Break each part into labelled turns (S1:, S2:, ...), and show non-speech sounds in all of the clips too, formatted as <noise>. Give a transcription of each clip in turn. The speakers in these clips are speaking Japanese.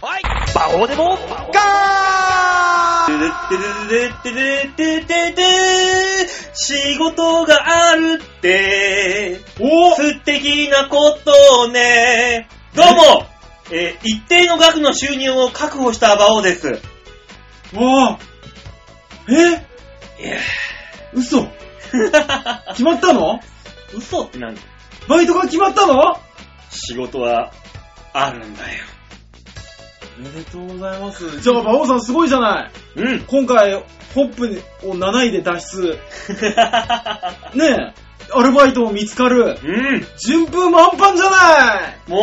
S1: こうでもガー
S2: 仕事があるって、
S1: お
S2: 素敵なことね。どうも、えー一定の額の収入を確保した馬王です。
S1: わあえ
S2: いや
S1: 嘘
S2: ー
S1: 決まったの
S2: 嘘って何
S1: バイトが決まったの
S2: 仕事はあるんだよ。
S1: おめでとうございます。じゃあ、馬王さんすごいじゃない。
S2: うん。 <laughs>
S1: 今回、ホップを7位で脱出。ねえ、アルバイトも見つかる。
S2: うん。
S1: 順風満帆じゃない
S2: も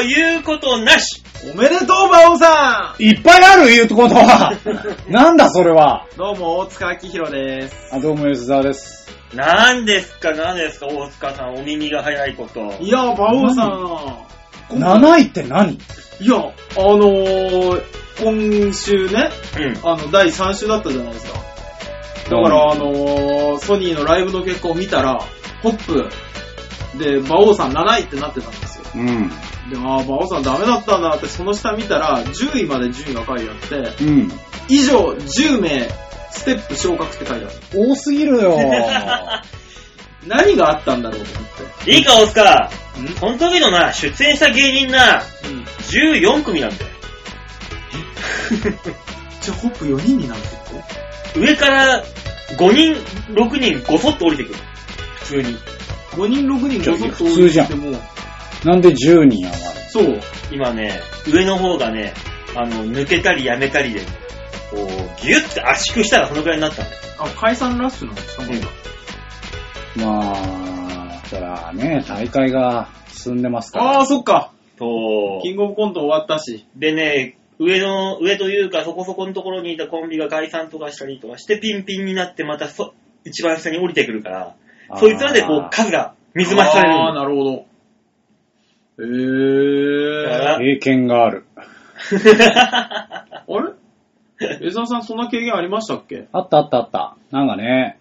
S2: う、言うことなし。
S1: おめでとう、馬王さ
S3: いっぱいある言うことは <laughs> なんだそれは
S1: んどうも、大塚明宏です。
S3: あどうも吉沢です。
S2: 何ですか、何ですか、大塚さん、お耳が早いこと。
S1: いや、馬王さん。今
S3: 7位って何
S1: いや、あのー、今週ね、
S2: うん。
S1: あの、第3週だったじゃないですか。だから、あのー、ソニーのライブの結果を見たら、ホップで、馬王さん7位ってなってたんですよ。
S3: うん。
S1: で、ああ、馬王さんダメだったんだって、その下見たら、10位まで順位が書いてあって、
S3: うん。
S1: 以上10名、ステップ昇格って書いてある。
S3: 多すぎ <laughs> るよ。
S1: 何があったんだろうと思って。
S2: いいか、大塚。
S1: ん
S2: この時のな、出演した芸人な、
S1: うん。
S2: 14組なんだ
S1: <laughs>
S2: よ。
S1: じゃあ、ホップ4人になるってこ
S2: 上から5人、6人ごそっと降りてくる。普通に。
S1: と ?5 人、6人、5人
S3: 普通じゃん
S1: もう、
S3: なんで10人上がる
S1: そう。
S2: 今ね、上の方がね、あの、抜けたりやめたりで、こう、ギュッて圧縮したらそのくらいになったんだよ。
S1: あ、解散ラッシュなんですか、もう
S2: うん
S3: まあ、そらね、大会が進んでますか
S1: あ
S3: ら。
S1: あ、そっか。
S2: と、
S1: キングオブコント終わったし。
S2: でね、上の、上というかそこそこのところにいたコンビが解散とかしたりとかしてピンピンになってまたそ、一番下に降りてくるから、
S3: あー
S2: そいつらでこう数が水増しされ
S1: あ
S2: る。
S1: あ、なるほど。え
S2: だか
S1: ー。
S2: ら
S3: 経験がある。
S1: あれ江沢さん、そんな経験ありましたっけ
S3: あったあったあった。なんか
S2: <laughs>
S3: ね、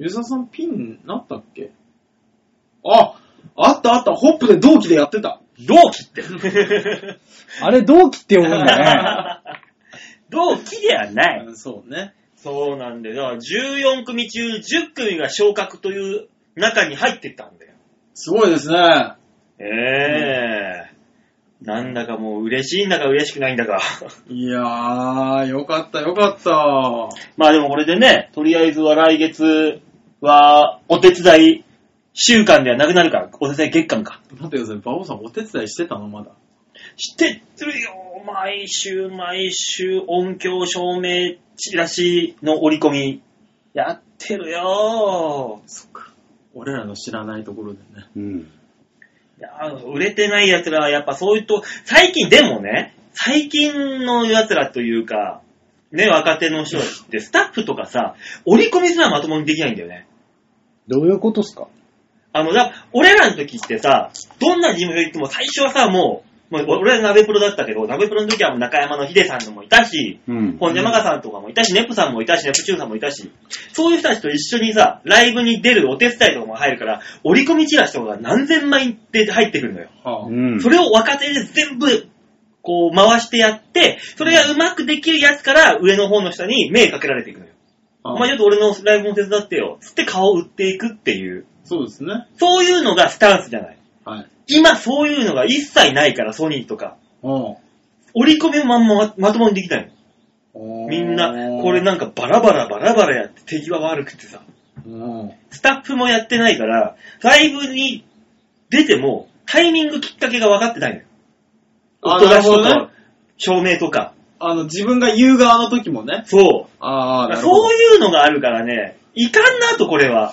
S1: 江沢さん、ピンなったっけあ、あったあった。ホップで同期でやってた。
S2: 同期って。
S3: あれ同期って呼ぶんだね。
S2: <laughs> 同期ではない。
S1: うんそうね。
S2: そうなんだよ。だから14組中10組が昇格という中に入ってったんだよ。
S1: すごいですね。
S2: ええなんだかもう嬉しいんだか嬉しくないんだか。
S1: いやー、よかったよかった。
S2: <laughs> まあでもこれでね、とりあえずは来月はお手伝い週間ではなくなるから、お手伝い月間か。
S1: 待ってください。バオさん、お手伝いしてたのまだ。
S2: 知ってるよ。毎週毎週音響証明チラシの折り込み。やってるよ。
S1: そっか。俺らの知らないところでね。
S3: うん。
S2: いやー売れてない奴らはやっぱそういうと、最近でもね、最近の奴らというか、ね、若手の人ってスタッフとかさ、折り込みすらまともにできないんだよね。
S3: どういうことっすか
S2: あの、だ俺らの時ってさ、どんな事務所行っても最初はさ、もう、もう俺は鍋プロだったけど、鍋プロの時はもう中山のヒデさんのもいたし、
S3: うん。
S2: 本山マガさんとかもいたし、ネプさんもいたし、ネプチューンさんもいたし、そういう人たちと一緒にさ、ライブに出るお手伝いとかも入るから、折り込みチラシとかが何千枚って入ってくるのよ。
S1: は
S3: うん。
S2: <laughs> それを若手で全部、こう回してやって、それがうまくできるやつから上の方の人に目かけられていくのよ。
S1: あ
S2: お前ちょっと俺のライブも手伝ってよ。つって顔を売っていくっていう。
S1: そうですね。
S2: そういうのがスタンスじゃない。
S1: はい。
S2: 今そういうのが一切ないから、ソニーとか。
S1: うん。
S2: 折り込みもまんままともにできないの。
S1: おー
S2: みんな、これ。なんかバラバラバラバラやって手際悪くてさ。
S1: うん。
S2: スタッフもやってないから、ライブに出てもタイミングきっかけが分かってないのよ。
S1: あ
S2: 音出しと
S1: なるほど
S2: か、照明とか。
S1: あの、自分が言う側の時もね。
S2: そう。
S1: ああ、なるほど。
S2: そういうのがあるからね、いかんなと、これは。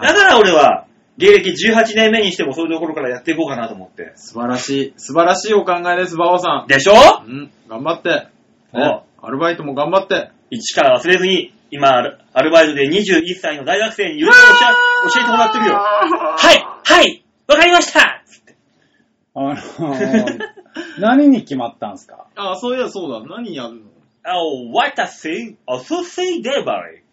S2: だから俺は、芸歴18年目にしてもそういうところからやっていこうかなと思って。
S1: 素晴らしい。素晴らしいお考えです、馬王さん。
S2: でしょ
S1: うん。頑張って。ね。アルバイトも頑張って。
S2: 一から忘れずに、今、アルアルバイトで21歳の大学生にいろいろ教え教えてもらってるよ。はいはいわかりましたつって。
S3: あの、何に決まったんすか
S1: ああ、そういや、そうだ。何やるの
S2: お、私、お寿司デリバリー。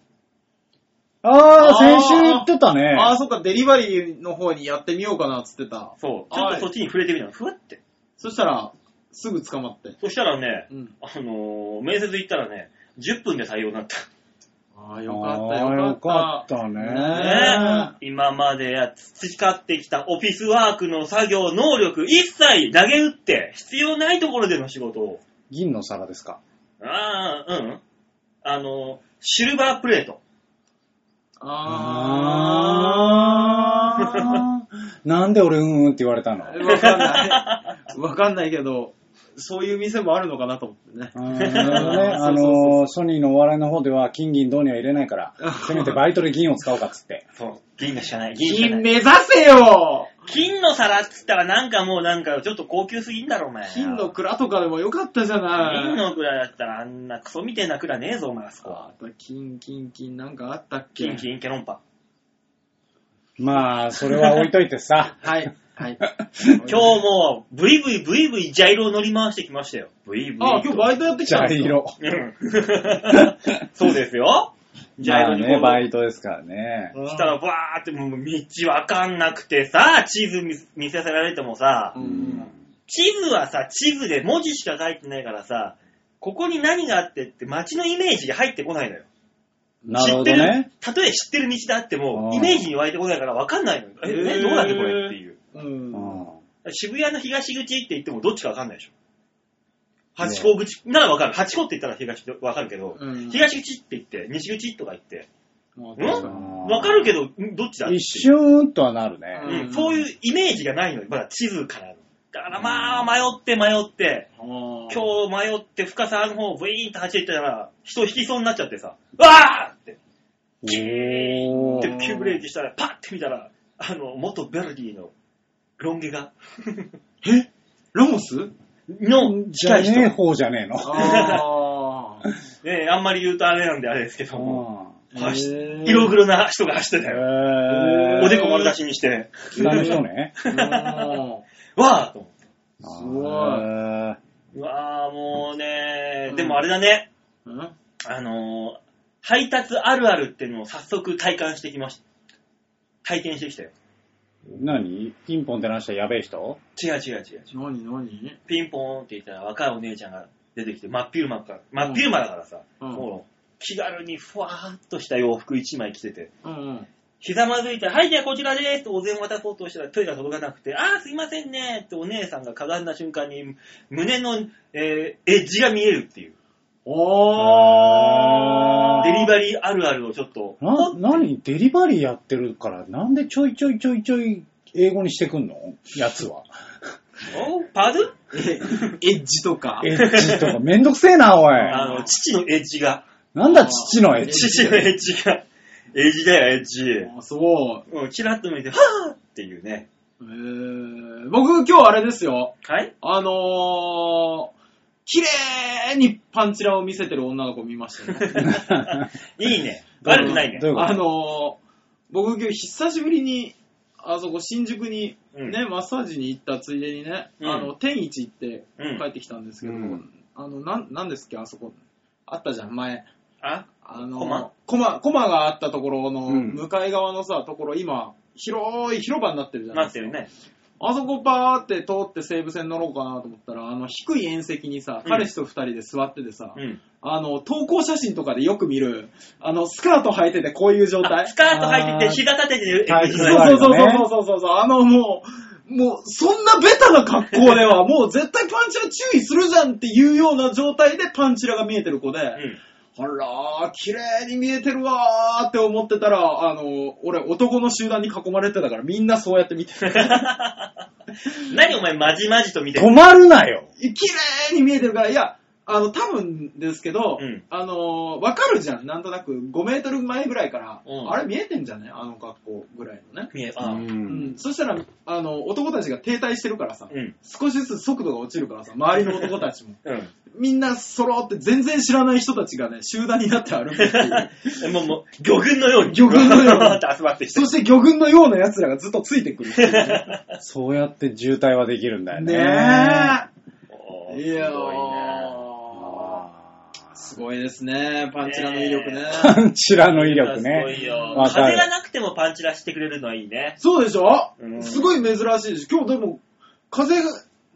S3: ああ、
S1: あー
S3: 先週言ってたね。
S1: ああ、そっか、デリバリーの方にやってみようかな、つってた。
S2: そう、ちょっとそっちに触れてみたの。ふわって。
S1: そしたら、すぐ捕まって。
S2: そしたらね、
S1: うん。
S2: あのー面接行ったらね、10分で採用になった。
S1: ああ、
S3: あ
S1: よかった、
S3: ー
S1: よかった。
S3: よかったね。
S2: ね今まで培ってきたオフィスワークの作業能力一切投げ打って必要ないところでの仕事を。
S3: 銀の皿ですか。
S2: ああ、うん。あの、シルバープレート。
S1: あ
S3: ーなんで俺うんうんって言われたの
S2: <laughs>
S1: あ。わかんない。わかんないけど、そういう店もあるのかなと思ってね。
S3: あ
S1: <laughs>
S3: ーなるほどね、あのーソニーのお笑いの方では金銀銅には入れな
S2: <laughs>
S3: いから、せめてバイトで銀を使おうかっつって。
S2: そう。銀のしかない。銀しか
S1: 金
S2: ない。
S1: 目指せよ
S2: 金の皿っつったらなんかもうなんかちょっと高級すぎんだろ、お前。
S1: 金の蔵とかでもよかったじゃない。
S2: 銀の蔵だったらあんなクソみてえな蔵ねえぞ、お前あそこは。
S1: あと、金、金、金、なんかあったっけ。
S2: 金金ケロンパ。
S3: まあ、それは置いといてさ
S2: <laughs>
S1: はい、はい。
S2: 今日もブイブイブイブイジャイロを乗り回してきましたよ。ブイブイと。
S1: あ、今日バイトやってき
S3: ジ
S1: たん
S3: ャ
S1: です
S3: イ
S1: か
S3: ロ。
S2: うん <laughs> そうですよ。ジャイロに
S3: まあね、
S2: こ
S3: バ
S2: う
S3: イトですからね。
S1: うん
S2: したらバーってもう道わかんなくてさ、地図見見せられてもさ
S1: う、
S3: うん
S1: ん。
S2: 地図はさ、地図で文字しか書いてないからさ、ここに何があってって街のイメージが入ってこないのよ。
S3: なるほど
S2: 知っ
S3: ね。
S2: てる、たとえ知ってる道だっても
S3: う、ん
S2: イメージに湧いてこないからわかんないのよ。え、
S1: へ
S2: ね、
S1: ー
S2: どうなってこれっていう。
S1: うん。
S2: 渋谷の東口って言ってもどっちかわかんないでしょ。八甲口ならわかる。八甲って言ったら東ってわかるけど、
S1: うん
S2: 東口って言って、西口とか言って、
S1: まあ
S2: ん
S1: 確かに
S3: わ
S2: わかるけど、んどっちだっていう
S3: 一瞬とはなるね。
S2: うんそういうイメージがないのよ、まだ地図から。だからまあ、迷って迷って、
S1: 今
S2: 今日迷って深さの方、ブイーンと走ってたら、人引きそうになっちゃってさ、わーって、
S3: お
S2: で
S3: ー。
S2: 急ブレーキしたら、パッて見たら、あの、元ベルディのロン毛 <laughs> が、
S1: えラモス
S2: の
S3: じゃ
S2: 近い人。
S3: ねえ
S2: ね
S3: 方じゃねえの。
S1: ああ。
S2: えあんまり言うとあれなんであれですけども、
S1: <laughs> うん
S2: 走っ
S1: へー
S2: 色黒な人が走ってたよ。
S3: え
S1: ー
S2: おでこ丸出しにして、
S3: 下の
S2: <laughs>
S3: 人ね。
S2: わーと思って。
S1: すごい
S3: あ
S2: うわーもうねでもあれだね、
S1: うん
S2: あのー配達あるあるっていうのを早速体感してきました。体験してきたよ。
S3: ー何ピンポンって鳴らしたやべえ人
S2: 違う違う違う。
S1: 何何
S2: ピンポーンって言ったら若いお姉ちゃんが出てきて、真っ昼間から、真っ昼間だからさ、
S1: うん
S2: もう気軽にふわーっとした洋服1枚着てて、
S1: うん
S2: ひざまずいて、はい、じゃあこちらですってお膳渡そうとしたら手が届かなくて、あーすいませんねってお姉さんがかがんだ瞬間に胸の、えーエッジが見えるっていう、
S1: おー
S2: デリバリーあるあるをちょっと、
S3: な
S2: ほ、ん
S3: 何デリバリーやってるから、なんでちょいちょいちょいちょい英語にしてくんのやつは。
S2: おパドゥ
S1: えエッジとか。
S3: エッジとかめんどくせえな、おい。
S2: あの、父のエッジが。
S3: なんだ、父のエッジ。
S2: 父のエッジが、エッジだよ、エッジ。
S1: あそう。
S2: うん、チラッと見て、はぁっていうね。
S1: えー僕今日あれですよ。
S2: はい
S1: あのー、綺麗にパンチラを見せてる女の子見ましたね。
S2: いいね。悪 <laughs> くないね
S3: ど。ういうこと
S1: あのー僕今日久しぶりに、あそこ新宿に
S2: うん
S1: ね、マッサージに行ったついでにね、
S2: うん
S1: あの、天一行って
S2: うん
S1: 帰ってきたんですけど、
S3: うん
S1: あの、なん、なんですっけ、あそこ。あったじゃん、前。
S2: あ、
S1: あのー、
S2: コマ
S1: コマ、コマがあったところの
S3: うん
S1: 向かい側のさ、ところ、今、広い広場になってるじゃない
S2: なって
S1: ですか。
S2: るね。
S1: あそこパーって通って西武線乗ろうかなと思ったら、あの、低い縁石にさ、
S2: うん
S1: 彼氏と二人で座っててさ、
S2: うん。
S1: あの、投稿写真とかでよく見る、あの、スカート履いててこういう状態
S2: あス。カート履いて
S3: あ
S2: て、
S3: ー
S2: 膝立ててる
S3: 体
S2: エッジ
S3: 育
S2: の
S3: 座り
S2: や
S1: そうそう
S3: ね
S1: そうそうそうそう、あのもう、もう、そんなベタな格好では、もう絶対パンチラ注意するじゃんっていうような状態でパンチラが見えてる子で、
S2: つうん。
S1: あらー、綺麗に見えてるわーって思ってたら、あの、俺男の集団に囲まれてたからみんなそうやって見てる。
S2: 何お前、まじまじと見て
S3: 止
S2: る。
S3: まるなよ。
S1: 綺麗に見えてるから、いや、あの、多分ですけど、
S2: うん
S1: あのー、わかるじゃん。なんとなく5メートル前ぐらいから、
S2: うん
S1: あれ見えてんじゃねあの格好ぐらいのね。
S2: 見える。
S3: う
S2: あうん。
S1: うん、そしたら、あの、男たちが停滞してるからさ、
S2: うん。
S1: 少しずつ速度が落ちるからさ、周りの男たちも。
S2: うん。
S1: みんな揃って全然知らない人たちがね、集団になって歩くって
S2: <laughs>
S1: いう。
S2: もう、もう、魚群のように。
S1: 魚群の
S2: <laughs>
S1: ように
S2: わーって集まってきて
S1: そ。して魚群のような奴らがずっとついてくるってい
S2: <laughs>
S1: うね。
S3: そうやって渋滞はできるんだよね。
S1: ね
S2: お
S1: え。
S2: ー
S1: いや
S2: すごいね
S1: ーすごいですね、パンチラの威力ね。
S3: パンチラの威力
S2: すごい
S3: ね。
S2: よ。
S3: わか
S2: 風
S3: る
S2: がなくてもパンチラしてくれるのはいいね。
S1: そうでしょ
S2: うん
S1: すごい珍しいし、今日でも、風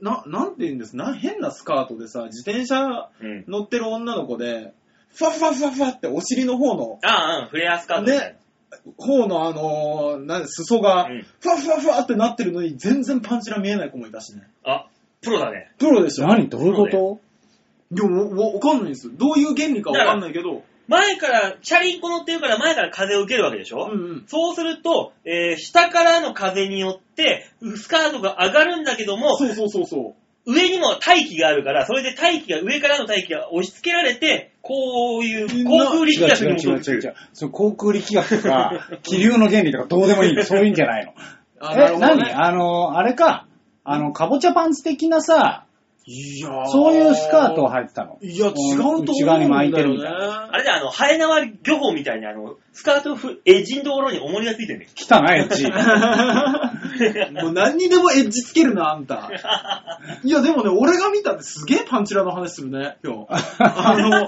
S1: な、なんて言うんですな、変なスカートでさ、自転車
S2: うん。
S1: 乗ってる女の子で、ふわふわふわふわってお尻の方の、
S2: ああ、うん、フレアスカートみたい
S1: 方のあのー、なん裾
S2: な。
S1: が
S2: う、ん。
S1: ふわふわふわってなってるのに全然パンチラ見えない子もいたしね。
S2: あ、プロだね。
S1: プロでしょ
S3: 何どういうこと
S1: でも、わわかんないんですよ。どういう原理かわかんないけど、
S2: 前から、チャリンコ乗ってるから前から風を受けるわけでしょ
S1: うんうん。
S2: そうすると、えー下からの風によって、スカートが上がるんだけども、
S1: そうそうそうそう。
S2: 上にも大気があるから、それで大気が、上からの大気が押し付けられて、こういう、航空力
S3: 違う
S2: 学
S3: 違う
S2: に基
S3: 違う
S2: づ
S3: 違う違
S2: く。
S3: う。そう航空力学と
S2: <laughs>
S3: か、気流の原理とかどうでもいいの。そういうんじゃないの。
S1: あなる
S3: え、
S1: ほど
S3: 何
S1: ね
S3: あの、あれか。あの、かぼちゃパンツ的なさ、
S1: いやー
S3: そういうスカートを履いてたの。
S1: いや、違うと思うんだよ、ね。
S3: 内側に巻いてるみたい
S1: な
S2: あれだ、あの、ハエ縄漁法みたいに、あの、スカートをふ、エッジのところに重りがついてるんだよ。
S3: 汚いエッジ。
S1: <laughs> もう何にでもエッジつけるな、あ
S2: <laughs>
S1: んた。いや、でもね、俺が見たってすげえパンチラの話するね、今日。あの、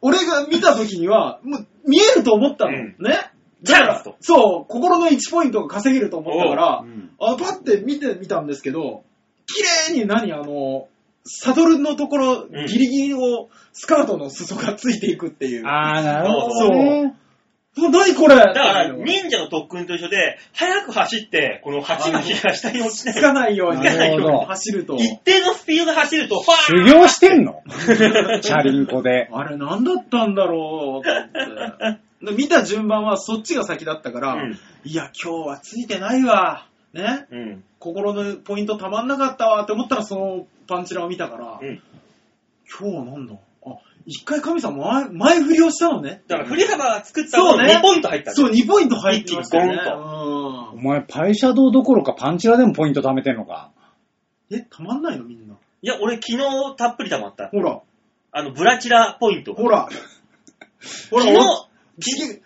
S1: 俺が見た時には、もう見えると思ったの。
S2: うん
S1: ね。
S2: チャンスと。
S1: そう、心の1ポイントが稼げると思ったから、
S3: おううん
S1: あパッて見てみたんですけど、綺麗に何あの、サドルのところ、
S2: ん
S1: ギリギリをスカートの裾がついていくっていう。
S3: あー、なるほ
S1: そう
S3: ど、ね。
S1: もう何これ
S2: だから、
S1: っていう
S2: 忍者の特訓と一緒で、早く走って、この鉢巻きが下に落ち
S1: つ
S2: ない。
S1: かないように
S3: なるほど
S1: 走ると。
S2: 一定のスピードで走ると、ファー
S3: 修行してんのチャリンコで。
S1: <laughs> あれ何だったんだろうと思って。で見た順番はそっちが先だったから、
S2: うん
S1: いや、今日はついてないわ。ね。
S2: うん。
S1: 心のポイントたまんなかったわって思ったらそのパンチラを見たから、
S2: うん。
S1: 今日はなんだあ、一回神様前、前振りをしたのね。
S2: だから、振り幅が作ったの
S1: そうね
S2: 2ポイント入ったんだよ
S1: そう、2ポイント入ってましたよね。
S2: 一気に
S3: お
S1: う
S3: 前、パイシャドウどころかパンチラでもポイント貯めてんのか。
S1: ん。え、たまんないのみんな。
S2: いや、俺昨日たっぷり溜まった。
S1: ほら、
S2: あの、ブラチラポイント。
S1: ほら。ほら、
S2: 昨日、
S1: きね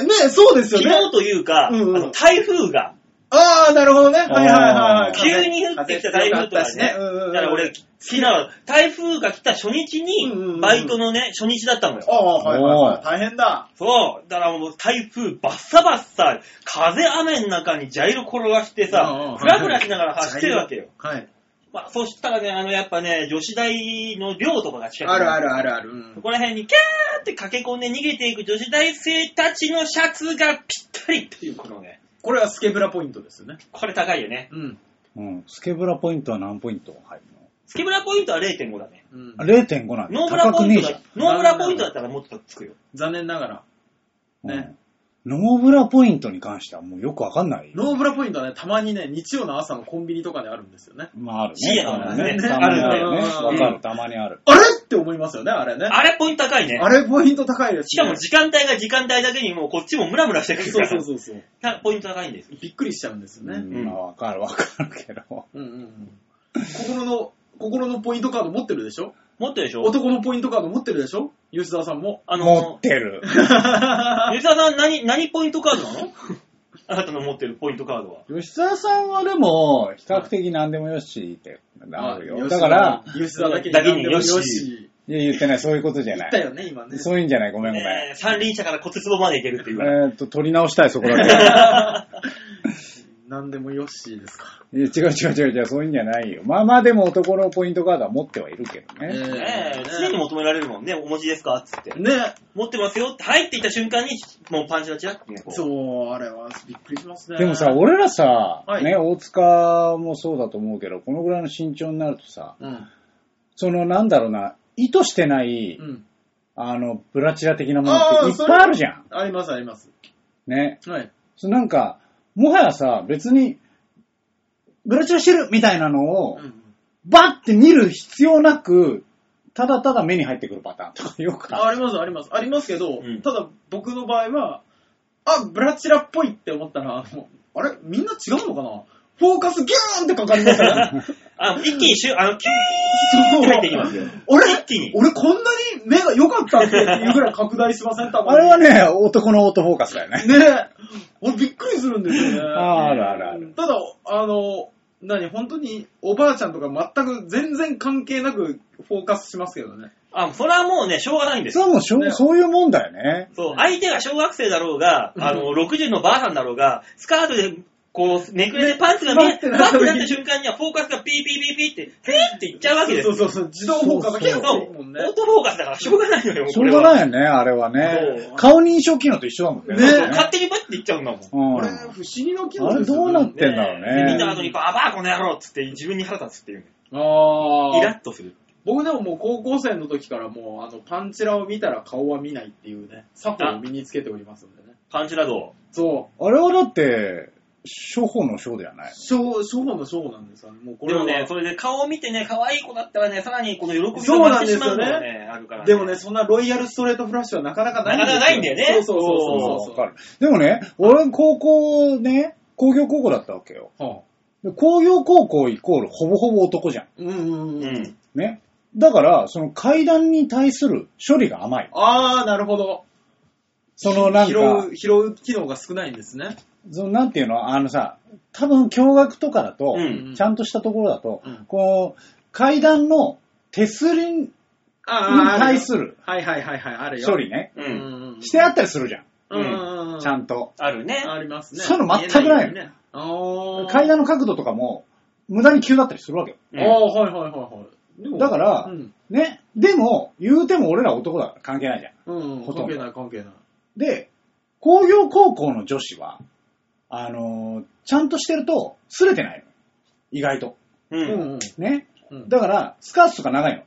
S1: え、ねえ、そうですよ
S2: 昨
S1: ね。
S2: 日というか、
S1: うんうん
S2: あの台風が、
S1: ああ、なるほどね。はいはいはい。
S3: あー
S2: 急に降ってきた台風とかね。
S1: 風強ったしねうんうんうん
S2: だから俺、昨日、台風が来た初日
S1: うんうんう
S2: に、
S1: ん
S2: バイトのね、初日だったのよ。
S1: ああ、はいはいはい。大変だ。
S2: そう。だからもう台風バッサバッサ、風雨の中にジャイロ転がして
S1: うんう
S2: さ
S1: ん、
S2: フラフラしながら走ってるわけよ。。
S1: はい。
S2: まあ、そしたらね、あの、やっぱね、女子大の寮とかが近くに
S1: あるあるあるある。
S2: そこら辺にキャーって駆け込んで逃げていく女子大生たちのシャツがぴったりっていうこのね、
S1: これはスケブラポイントですよね。
S2: これ高いよね。
S1: うん。
S3: うん。スケブラポイントは何ポイント入るの
S2: スケブラポイントは0.5だね。
S1: うん
S3: あ、0.5なん
S2: ノ
S3: だ。
S2: ーブラ
S3: 高
S2: ポ
S3: く
S2: イ
S3: ね
S2: ン
S3: え
S2: ト
S3: じゃ
S2: だ。ノーブラポイントだったらもっとつくよ。
S1: 残念ながら。
S3: ん。
S1: ね
S3: うんノーブラポイントに関してはもうよくわかんない。
S1: ノーブラポイントはね、たまにね、日曜の朝のコンビニとかであるんですよね。
S3: まああるね。
S2: 深夜の話ね
S3: たまにあるね。
S1: あるあ
S3: わ
S1: る
S3: かる、たまにある。
S1: あれって思いますよね、あれね。
S2: あれポイント高いね。
S1: あれポイント高いです、ね。
S2: しかも時間帯が時間帯だけにもうこっちもムラムラしてくるか
S1: そう
S2: ら。
S1: そうそうそう。
S2: なポイント高いんですよ。
S1: びっくりしちゃうんですよ
S3: う
S1: ね。
S2: うん
S3: んまあわかるわかるけど。
S1: うんうんうん。心の、心のポイントカード持ってるでしょ
S2: もっとでしょ
S1: 男のポイントカード持ってるでしょ吉沢さんも。
S2: あ
S3: 持っ
S2: の、
S3: てる。
S2: 吉沢さん何、何ポイントカードな
S1: <laughs>
S2: のあなたの持ってるポイントカードは。
S3: 吉沢さんはでも、比較的何でもよしってあるよ。
S1: 吉
S3: だ
S1: 沢
S3: から、、
S1: 吉沢だけに
S2: だけに
S1: 何でもよ
S2: よ
S1: し
S2: し。
S3: いや言ってない、そういうことじゃ
S1: 言
S3: な
S1: った
S3: い。
S1: よね、今ね。
S3: そういうんじゃない、ごめんごめん。
S2: ねえ三輪車から骨壺までいけるっていうぐらい。
S3: えーっと、取り直したい、そこだけ。いや
S1: 何でもよしですか。
S3: 違う違う違う違う、そういうんじゃないよ。まあまあでも男のポイントカードは持ってはいるけどね。
S2: ねえ、常に求められるもんね。お持ちですかっつって。
S1: ね、
S2: 持ってますよって入っていった瞬間に、もうパンチラチラってね。こう
S1: そう、あれはびっくりしますね。
S3: でもさ、俺らさ、
S1: はい
S3: ね、大塚もそうだと思うけど、このぐらいの身長になるとさ、
S1: うん、
S3: そのなんだろうな、意図してない、
S1: うん。
S3: あの、ブラチラ的なものって
S1: ー
S3: いっぱいあるじゃん。。
S1: それあります、あります。
S3: ね。
S1: はい。
S3: そなんか、もはやさ、別に、ブラチラしてるみたいなのを、
S1: うん
S3: バッて見る必要なく、ただただ目に入ってくるパターンとかよくある
S1: ああります、あります。ありますけど、
S2: うん
S1: ただ僕の場合は、あ、ブラチラっぽいって思ったら、あのあれみんな違うのかなフォーカスギューンってかかりますから、
S3: <laughs>
S1: ね、
S2: あ、一気にしゅ、あの、キュー
S1: そ
S2: って入ってきますよ。
S1: 俺
S2: 一気に
S1: 俺こんなに目が良かったっていうぐらい拡大しません多分
S3: あれはね、男のオートフォーカスだよね。
S1: ね俺びっくりするんですよね。
S3: あーあるあるある。
S1: ただ、あの、何、本当におばあちゃんとか全く全然関係なくフォーカスしますけどね。
S2: あ、それはもうね、しょうがないんです
S3: それはもうしょう、
S1: ね
S3: そういうもんだよね。
S2: そう、相手が小学生だろうが、あの、60のばあさんだろうが、スカートでこう、ネクレでパンツが見え、パンツになった瞬間にはフォーカスがピーピーピーピーって、ピーっていっちゃうわけです
S1: そ
S2: よ。
S1: うそうそう、自動フォーカスが
S3: そう
S1: 結
S3: そ
S2: そう
S1: 構いいもんね。
S2: オートフォーカスだからしょうがないのよ、
S3: し
S2: こ
S3: ょう
S2: れ
S3: が
S2: は。
S3: ないよね、あれはね
S2: そう。
S3: 顔認証機能と一緒だもんね。
S1: ね
S2: そう勝手にバッていっちゃうんだもん。で
S3: うん
S1: これ、不思議な機能
S3: あれ
S1: です
S3: どうなってんだろう
S2: 見た
S3: ね。
S2: 後にこう、あばあこの野郎っつって自分に腹立つっていう。イラ
S1: ああ。
S2: ッとする。
S1: 僕でももう高校生の時からもう、あの、パンチラを見たら顔は見ないっていうね、作法を身につけておりますんでね。
S2: パンチラど
S1: そ
S3: あれはだって、処方の処ではな
S1: う。
S3: い。
S1: 初初歩の初歩なんですよね。もうこ
S2: う。で
S1: れは
S2: もね、それで顔を見てね、可愛い子だったらね、さらにこの喜びが
S1: そうな
S2: 増し
S1: んで
S2: て
S1: す
S2: しま
S1: よ
S2: う
S1: ね
S2: のがね、あるから。
S1: でもね、、そんなロイヤルストレートフラッシュはなかなかないんですよ。
S2: なかなかないんだよね
S1: そうそうそうそうそう
S3: わかる。でもね、俺高校ね、工業高校だったわけよ。
S1: はあ
S3: で工業高校イコールほぼほぼ男じゃん。
S1: うんうん
S2: う
S1: うん。
S2: ん。
S3: ね。だから、その階段に対する処理が甘い。
S1: ああ、なるほど。
S3: そのなん
S1: 拾
S3: か、
S1: う、拾う機能が少ないんですね。
S3: そのなんていうの、あのさ、多分驚学とかだと、
S2: うん
S3: ちゃんとしたところだと、
S1: うん
S3: こう、階段の手すりに
S1: ああ、
S3: 対す
S1: る。
S3: る
S1: はいはいはいはい、あるよ。
S3: 処理ね、
S2: う。
S1: うんん。うん
S3: してあったりするじゃん。
S1: うんうんうん。
S3: ちゃんと。
S2: あるね。
S1: ありますね。
S3: そういうの全くないよ
S1: 見えね。ああ。
S3: 階段の角度とかも、無駄に急だったりするわけよ。
S2: うん
S1: ああ、はいはいはいはい。でも
S3: だから
S1: うん。
S3: ね。でも、言うても俺ら男だから関係ないじゃん。
S1: うん、
S3: ほと
S1: 関
S3: ん
S1: 係
S3: ど
S1: ない関係ない。
S3: で、工業高校の女子は、あのーちゃんとしてると、擦れてないの。意外と。
S2: う。
S1: うんんうん。
S3: ね。
S1: うん
S3: だから、スカートとか長いの。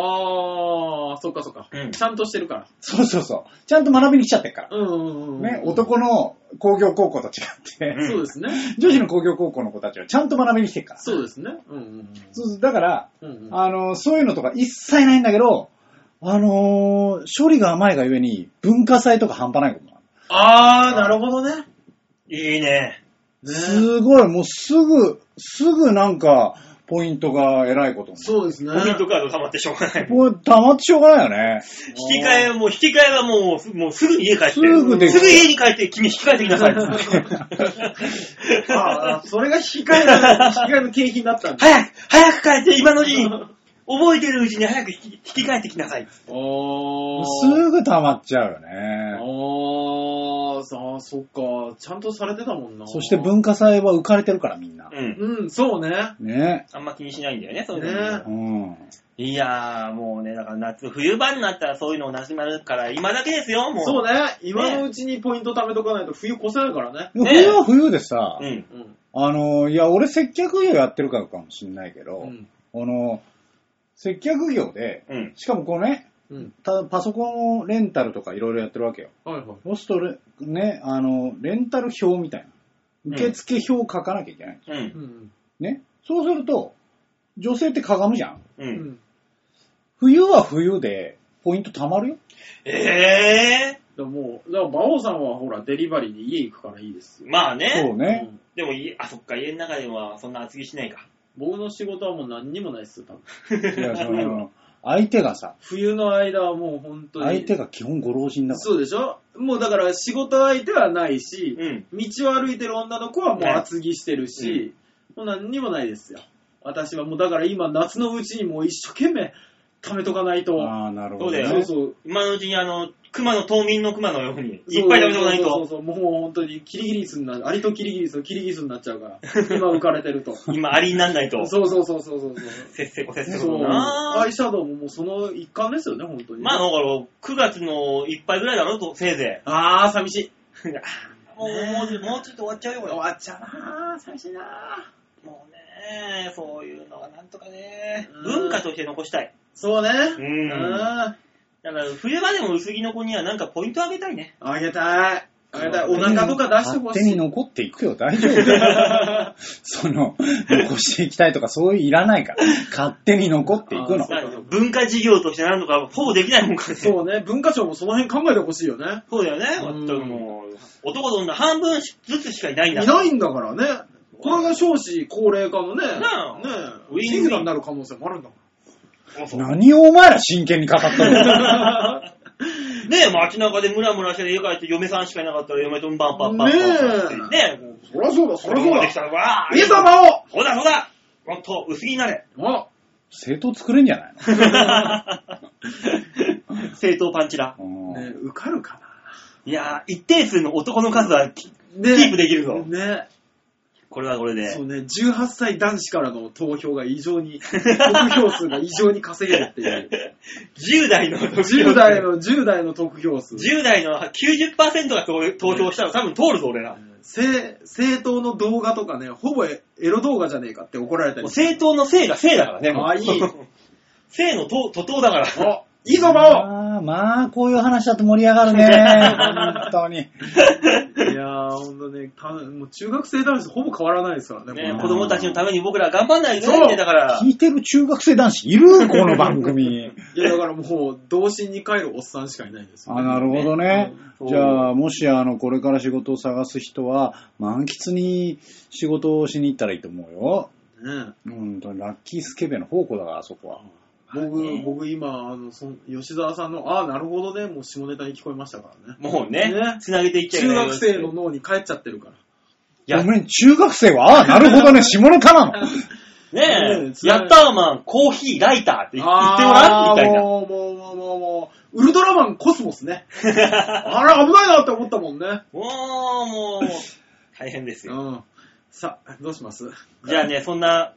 S1: ああ、そっかそっか
S2: う。ん
S1: ちゃんとしてるから。
S3: そうそうそう。ちゃんと学びに来ちゃってるから。
S1: うんうんうん。
S3: ね、。男の工業高校と違って、
S1: そうですね。
S3: 女子の工業高校の子たちはちゃんと学びに来てるから。
S1: そうですね。うんうん
S3: そうそうだから、
S1: うん。うんうん。
S3: あの、そういうのとか一切ないんだけど、あのー処理が甘いがゆえに、文化祭とか半端ないことなの。
S1: あー、なるほどね。
S2: いいね。
S1: ね
S3: すごい、もうすぐ、すぐなんか、ポイントが偉いことに。
S1: そうですね。
S2: ポイントカード溜まってしょうがない。
S3: もう黙ってしょうがないよね。
S2: 引き換え、もう引き換えはもうす、もうすぐに家帰って。
S3: すぐでき
S2: す
S3: る
S2: ぐ家に帰って、君引き換えてきなさいっつって。
S1: <laughs> あーそれが引き換えの、引き換えの景品だったんだ。
S2: 早く、早く帰って、今のうちに。覚えてるうちに早く引き引き換えてきなさいっつって。
S1: おー。
S3: すぐ溜まっちゃうよね。
S1: あー、さあ、そっか。ちゃんとされてたもんな。
S3: そして文化祭は浮かれてるからみんな。
S2: うん。
S1: うん、そうね。
S3: ね。
S2: あんま気にしないんだよね、そういう
S1: ね
S2: の。
S3: うん。
S2: いやー、もうね、だから夏、冬場になったらそういうのをなくなるから、今だけですよ、もう。
S1: そうね。今のうちにポイント貯めとかないと冬越せないからね。
S2: ね
S3: 冬は冬でさ、
S2: うん。
S1: うん。
S3: あの、いや、俺接客業やってるからかもしんないけど、
S1: うん。
S3: あの、接客業で、
S2: うん。
S3: しかもこうね、
S1: うん。
S3: たパソコンをレンタルとかいろいろやってるわけよ。
S1: はいはい。
S3: そうするとレ、ね、あの、レンタル表みたいな。受付表書かなきゃいけない。
S2: うん
S1: う。ん。
S3: ね。そうすると、女性ってかがむじゃん。
S2: う。
S1: うんん。
S3: 冬は冬で、ポイント貯まるよ。
S2: え
S1: でももう、だから馬王さんはほら、デリバリーで家行くからいいです
S2: え
S1: よ。
S2: ー。まあ
S3: そ
S2: ね。
S3: うね。
S1: うん
S2: でもいい、あ、そっか、家の中ではそんな厚着しないか。
S1: 僕の仕事はもう何にもないっすよ、多分。
S3: いや、その、相手がさ、
S1: 冬の間はもう本当に。
S3: 相手が基本ご老人だから。
S1: そうでしょもうだから仕事相手はないし、
S2: うん。
S1: 道を歩いてる女の子はもう
S2: ね
S1: 厚着してるし、もう何にもないですよ。私はもうだから今夏のうちにもう一生懸命貯めとかないと。
S3: ああ、なるほど、
S2: そうだ
S3: ね。
S2: よ
S1: そうそう。
S2: 今のうちにあの、熊の冬眠の熊のように、いっぱい食べておかない
S1: そう
S2: と。
S1: そうそうそう。もう本当にキリギリスになる。アリとキリギリスのキリギリスになっちゃうから。 <laughs> 今浮かれてると。そ
S2: 今、アリになんないと
S1: う。そうそうそうそうそう。
S2: せっせこせっせ
S1: そ
S2: こ
S1: う。
S2: だ
S1: ア
S2: な
S1: イシャドウももうその一環ですよね、本当に。
S2: まあ、だから、9月のいっぱいぐらいだろ、とせいぜ
S1: あー、寂しい。
S2: い。もう、もう、もうちょっと終わっちゃうよ、これ
S1: 終。わっちゃうなー、寂しいなー。
S2: もうね、そういうのがなんとかね、
S1: うん
S2: 文化として残したい。
S1: そうね。
S2: うん
S1: うん
S2: だから、冬場でも薄着の子にはなんかポイントあげたいね。
S1: あげたい。あげたい。お腹とか出してほ
S3: 勝手
S1: し
S3: に
S1: い。
S3: 残っていくよ、大丈夫
S1: <laughs>
S3: だよその、残していきたいとかそういういらないから。勝手に残っていく
S1: あそ。
S3: の
S1: うか
S2: 文化事業としてなんとか、ほぼできないもんかね。
S1: そうね。文化庁もその辺考えてほしいよね。
S2: そうだよね。
S1: うん
S2: まったくもう、男と女半分ずつしかいないん
S1: い
S2: だ。
S1: ないんだからね。これが少子高齢化のね、
S2: なあ
S1: ね
S2: ウィンウィン
S1: シグナになる可能性もあるんだか
S2: そうそう
S3: 何をお前ら真剣に語った
S1: <laughs>
S3: の
S2: ねえ、街中でムラムラして家帰って嫁さんしかいなかったら嫁とんばんばんばんばんってねえ、もう
S1: ら。そりゃそうだ、そりゃ
S2: 子
S1: そう
S2: 供
S1: だ
S2: でき。たらわあ
S1: イエス様を
S2: そうだそうだもっと薄着になれ
S1: あ
S3: 政党作れんじゃない
S2: <laughs> 正当パンチラ。
S3: の、
S1: ね受かるか
S2: いやー、一定数の男の数は
S1: な。ね
S2: キープできるぞ
S1: ね
S2: これはこれで
S1: そ。うね、18歳男子からの投票が異常に、得票数が異常に稼げるっていう。
S2: 10代の得票数
S1: 10代の、10代の得票数。
S2: 10代の90%が投投票したら多分通るぞ、俺ら。も
S1: 政、政党の動画とかね、ほぼエロ動画じゃねえかって怒られた
S2: う
S1: り。
S2: 政党の性が性だからね。もう <laughs>
S1: あいい。
S2: 性の党徒党だから。
S1: お、いいぞ、馬
S3: あーまあ、こういう話だと盛り上
S1: <laughs>
S3: がるね。本当に。
S1: 王いやー、ほんとね、たもう中学生男子とほぼ変わらないですからね。
S2: ね
S1: もう
S2: 子供たちのために僕ら頑張んないといけないんだよだから。
S3: 聞いてる中学生男子いるこの番組。
S1: いや、だからもう、童心に帰るおっさんしかいないですよ、
S3: あ、なるほどね。
S2: そう
S3: じゃあ、もし、あの、これから仕事を探す人は、満喫に仕事をしに行ったらいいと思うよ。
S1: ね
S3: うんと、ラッキースケベの宝庫だから、あそこは。
S1: 僕、僕今、あの、その吉沢さんの、ああ、なるほどね、もう下ネタに聞こえましたからね。
S2: もうね
S1: ね、
S2: つなげていっちゃいけ
S1: 中
S2: ない
S1: 学生の。脳に帰っちゃってるから。
S2: いや
S3: ごめん、中学生は、ああ、なるほ
S2: <laughs>
S3: どね、下ネタなの。
S2: ね
S1: ね
S2: え、やったーマン、コーヒー、ライターって言ってごらんみたい
S1: あー
S2: な。
S1: もう、もう、もう、もう、もう、ウルトラマンコスモス <laughs> ね。あれ、危ないなって思ったもんね。
S2: もう、もう、大変です
S1: う
S2: よ。
S1: ん。さ、どうします
S2: じゃあね、そんな、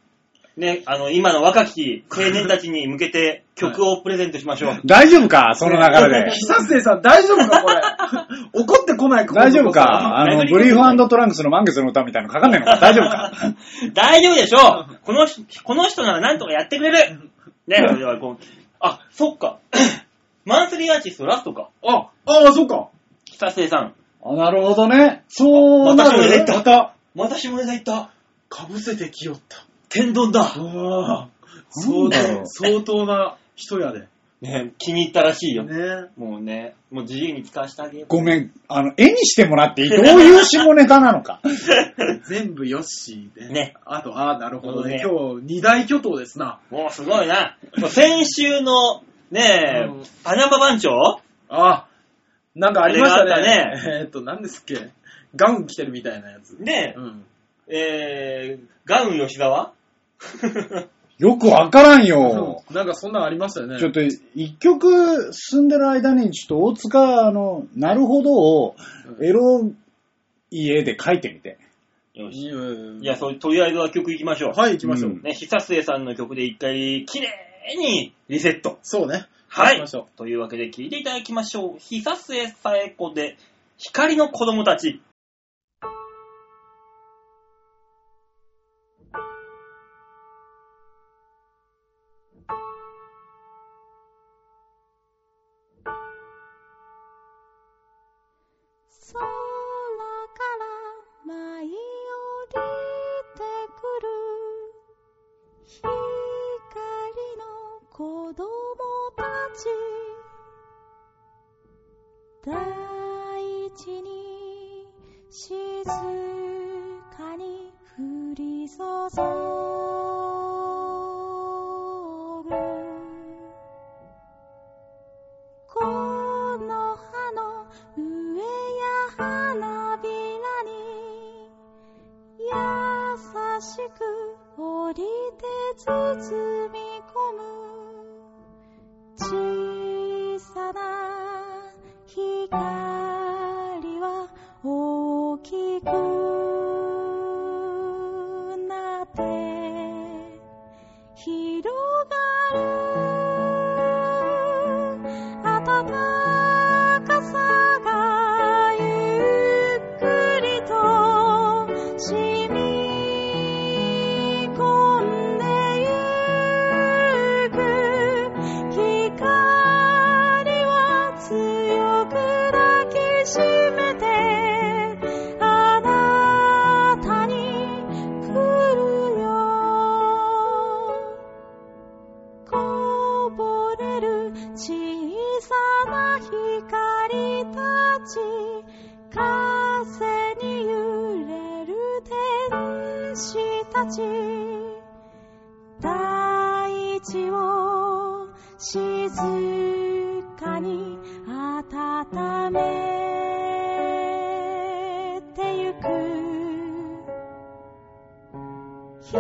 S2: ね、あの、今の若き青年たちに向けて曲をプレゼントしましょう。
S3: 大丈夫かその流れ
S2: <laughs>
S3: で。
S1: <laughs> 久瀬さん、大丈夫かこれ。 <laughs> 怒ってこないか
S3: 大丈夫
S1: 今
S3: かあ
S2: ライブ
S3: の、
S2: に
S3: ブリーフトランクスの満月の歌みたいなのかかんない
S2: <laughs>
S3: のか大丈夫か
S2: 大丈夫でしょうこの人、この人ならなんとかやってくれるね、それではこうあ、そっか。 <coughs> マンスリーアーティストラストか。
S1: 度こそあ、ああ、そうか。
S2: 久瀬さん。
S3: あなるほどね。そうな
S2: またそれでい
S3: る
S2: った
S3: また。
S2: また下ネタ行った。
S1: かぶせてきよった。
S2: 天丼だ。
S1: ああ、
S3: な
S1: 相
S3: んだろ
S1: 当、
S3: う
S1: 相当な人やで。
S2: ね、気に入ったらしいよ。
S1: ね。
S2: もうね、もう自由に使わせてあげよう。
S3: ごめん、あの、絵にしてもらっていいどういう下ネタなのか。
S1: 全部ヨッシーで。
S2: ね。
S1: あと、ああ、なるほどね。
S2: なるほ
S1: 今日、二大巨頭ですな。
S2: もうすごいな。もう先週の、ねえ、
S1: うん
S2: 穴場番長
S1: ああ、なんかありました
S2: あれがあ
S1: ね。
S2: った
S1: えーっと、何ですっけ。ガウン着てるみたいなやつ。
S2: ね
S1: うん。
S2: え、えー、ガウン吉沢
S3: よくわからんよ。
S1: なんかそんなんありましたよね。
S3: ちょっと、一曲進んでる間に、ちょっと大塚、あの、なるほどを、エロい絵で描いてみて。
S2: よし。
S1: いうん
S2: いや、そう、とりあえずは曲行きましょう。
S1: はい、行きましょう。
S3: うん
S2: ね、久末さんの曲で一回、綺麗にリセット。
S1: そうね。
S2: はい
S1: 行きましょう。
S2: というわけで聴いていただきましょう。久末さえ子で、光の子供たち。
S4: 空から舞い降りてくる光の子供たち大地に静かに降り注ぐこの葉の上や花びらに優しく降りて包み込む小さな光は大きくなって広がる暖かさがゆっくりと染み込んでゆく光は強く抱きしめてあなたに来るよこぼれる小さな光たち風に揺れる天使たち大地を静かに温めてゆく光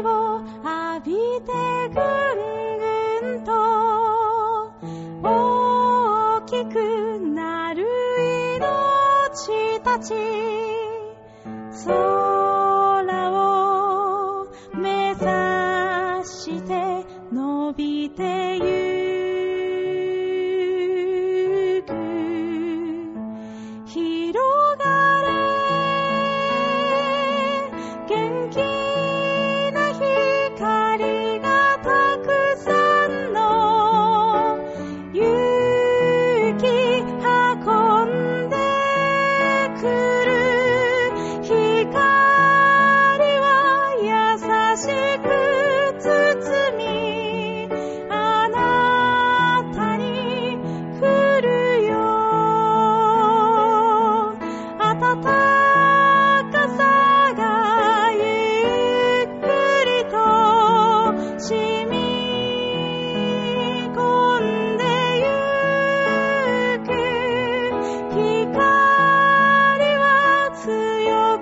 S4: を浴びてぐんぐんと大きくなる命たちそ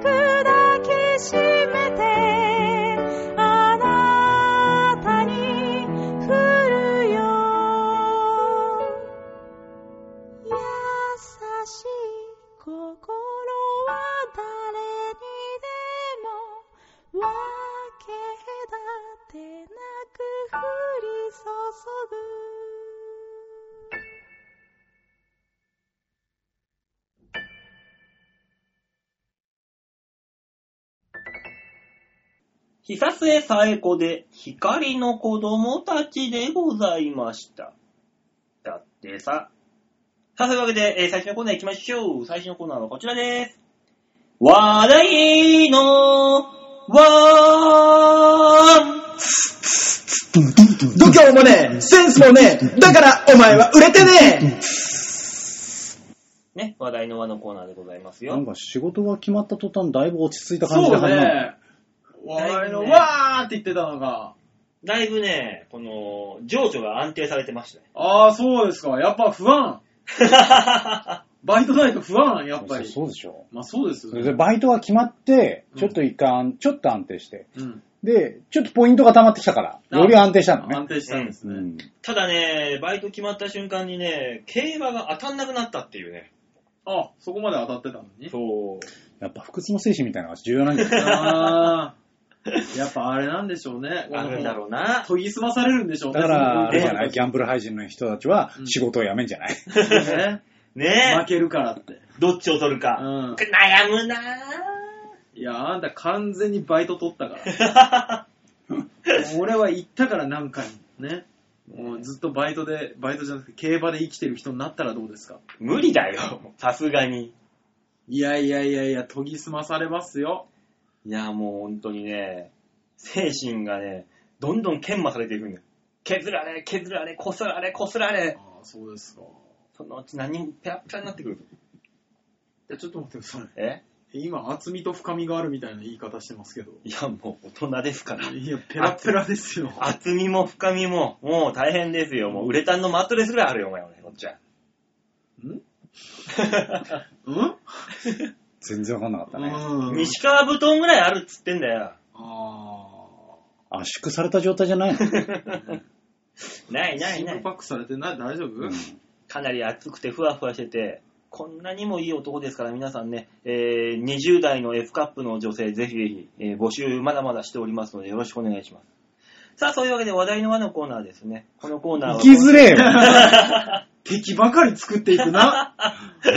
S4: 抱きしめてあなたに振るよ優しい心は誰にでも分け隔てなく降り注ぐ
S2: 久末さえ子で光の子供たちでございました。だってさ。さあ、というわけで、えー最初のコーナー行きましょう。最初のコーナーはこちらです。話題のワン
S1: 度胸もねえ、センスもねえ、だからお前は売れてね
S2: ね、話題の輪のコーナーでございます
S3: なん
S2: よ。
S3: か仕事が決まった途端、だいぶ落ち着い
S1: え
S3: た感じだ
S1: そう
S3: な。
S1: ね。笑いのわーって言ってたのが、
S2: だいぶね、この、情緒が安定されてましたね。
S1: ああ、そうですか。やっぱ不安。バイト代が不安、やっ
S3: そ
S1: ぱ
S3: う
S1: り。
S3: そうでしょ。
S1: まあそうですよ
S3: それで
S1: ね。
S3: バイトが決まって、
S1: うん
S3: ちょっと一回、ちょっと安定して。
S1: うん。
S3: で、ちょっとポイントが溜まってきたから、より安定したのね
S1: 安。定したんです
S3: う
S1: ね。
S3: ん
S2: ただね、バイト決まった瞬間にね、競馬が当たんなくなったっていうね。
S1: あ、そこまで当たってたのに。
S2: そう。
S3: やっぱ不屈の精神みたいなのが重要なんだよ
S1: あーやっぱあれなんでしょうね。
S2: あるんだろうな。
S1: 研ぎ澄まされるんでしょう
S3: だから、あれじゃない、
S1: ね
S3: ギャンブル廃人の人たちは
S1: うん
S3: 仕事を辞めんじゃない、
S1: その時ね負
S2: ね
S1: けるからって。
S2: どっちを取る
S1: う
S2: か。
S1: ん。
S2: 悩むない
S1: や、あんた完全にバイト取ったから。
S2: ぁ
S1: 俺は行ったから何回もね。もうずっとバイトで、バイトじゃなくて競馬で生きてる人になったらどうですか
S2: 無理だよ。さすがに。
S1: いやいやいやいや、研ぎ澄まされますよ。
S2: いや、もう本当にね、精神がね、どんどん研磨されていくんだよ。削られ、削られ、こすられ、こすら
S1: あ
S2: れ。
S1: あ、そうですか。
S2: そのうち何もペラペラになってくる。
S1: いや、ちょっと待ってください。
S2: え
S1: 今、厚みと深みがあるみたいな言い方してますけど。
S2: いや、もう大人ですから。
S1: いや、ペラペラですよ。
S2: 厚みも深みも、もう大変ですよ。もうウレタンのマットレスぐらいあるよ、お前はね、こっちは。
S1: んうん
S3: 全然わかんなかったね。
S1: うん。
S2: 西川布団ぐらいあるっつってんだよ。
S1: あ
S3: 圧縮された状態じゃないの、
S2: な
S1: あ。
S2: いないな
S1: シン
S2: い
S1: ク。パックされてない大丈夫、
S3: うん
S2: かなり暑くてふわふわしてて、こんなにもいい男ですから皆さんね、えー、20代の F カップの女性、ぜひぜひ、えー募集まだまだしておりますのでよろしくお願いします。さあ、そういうわけで話題の輪のコーナーですね。このコーナーは。
S3: 生きづれえよ。
S1: 敵ばかり作っていく <laughs> な。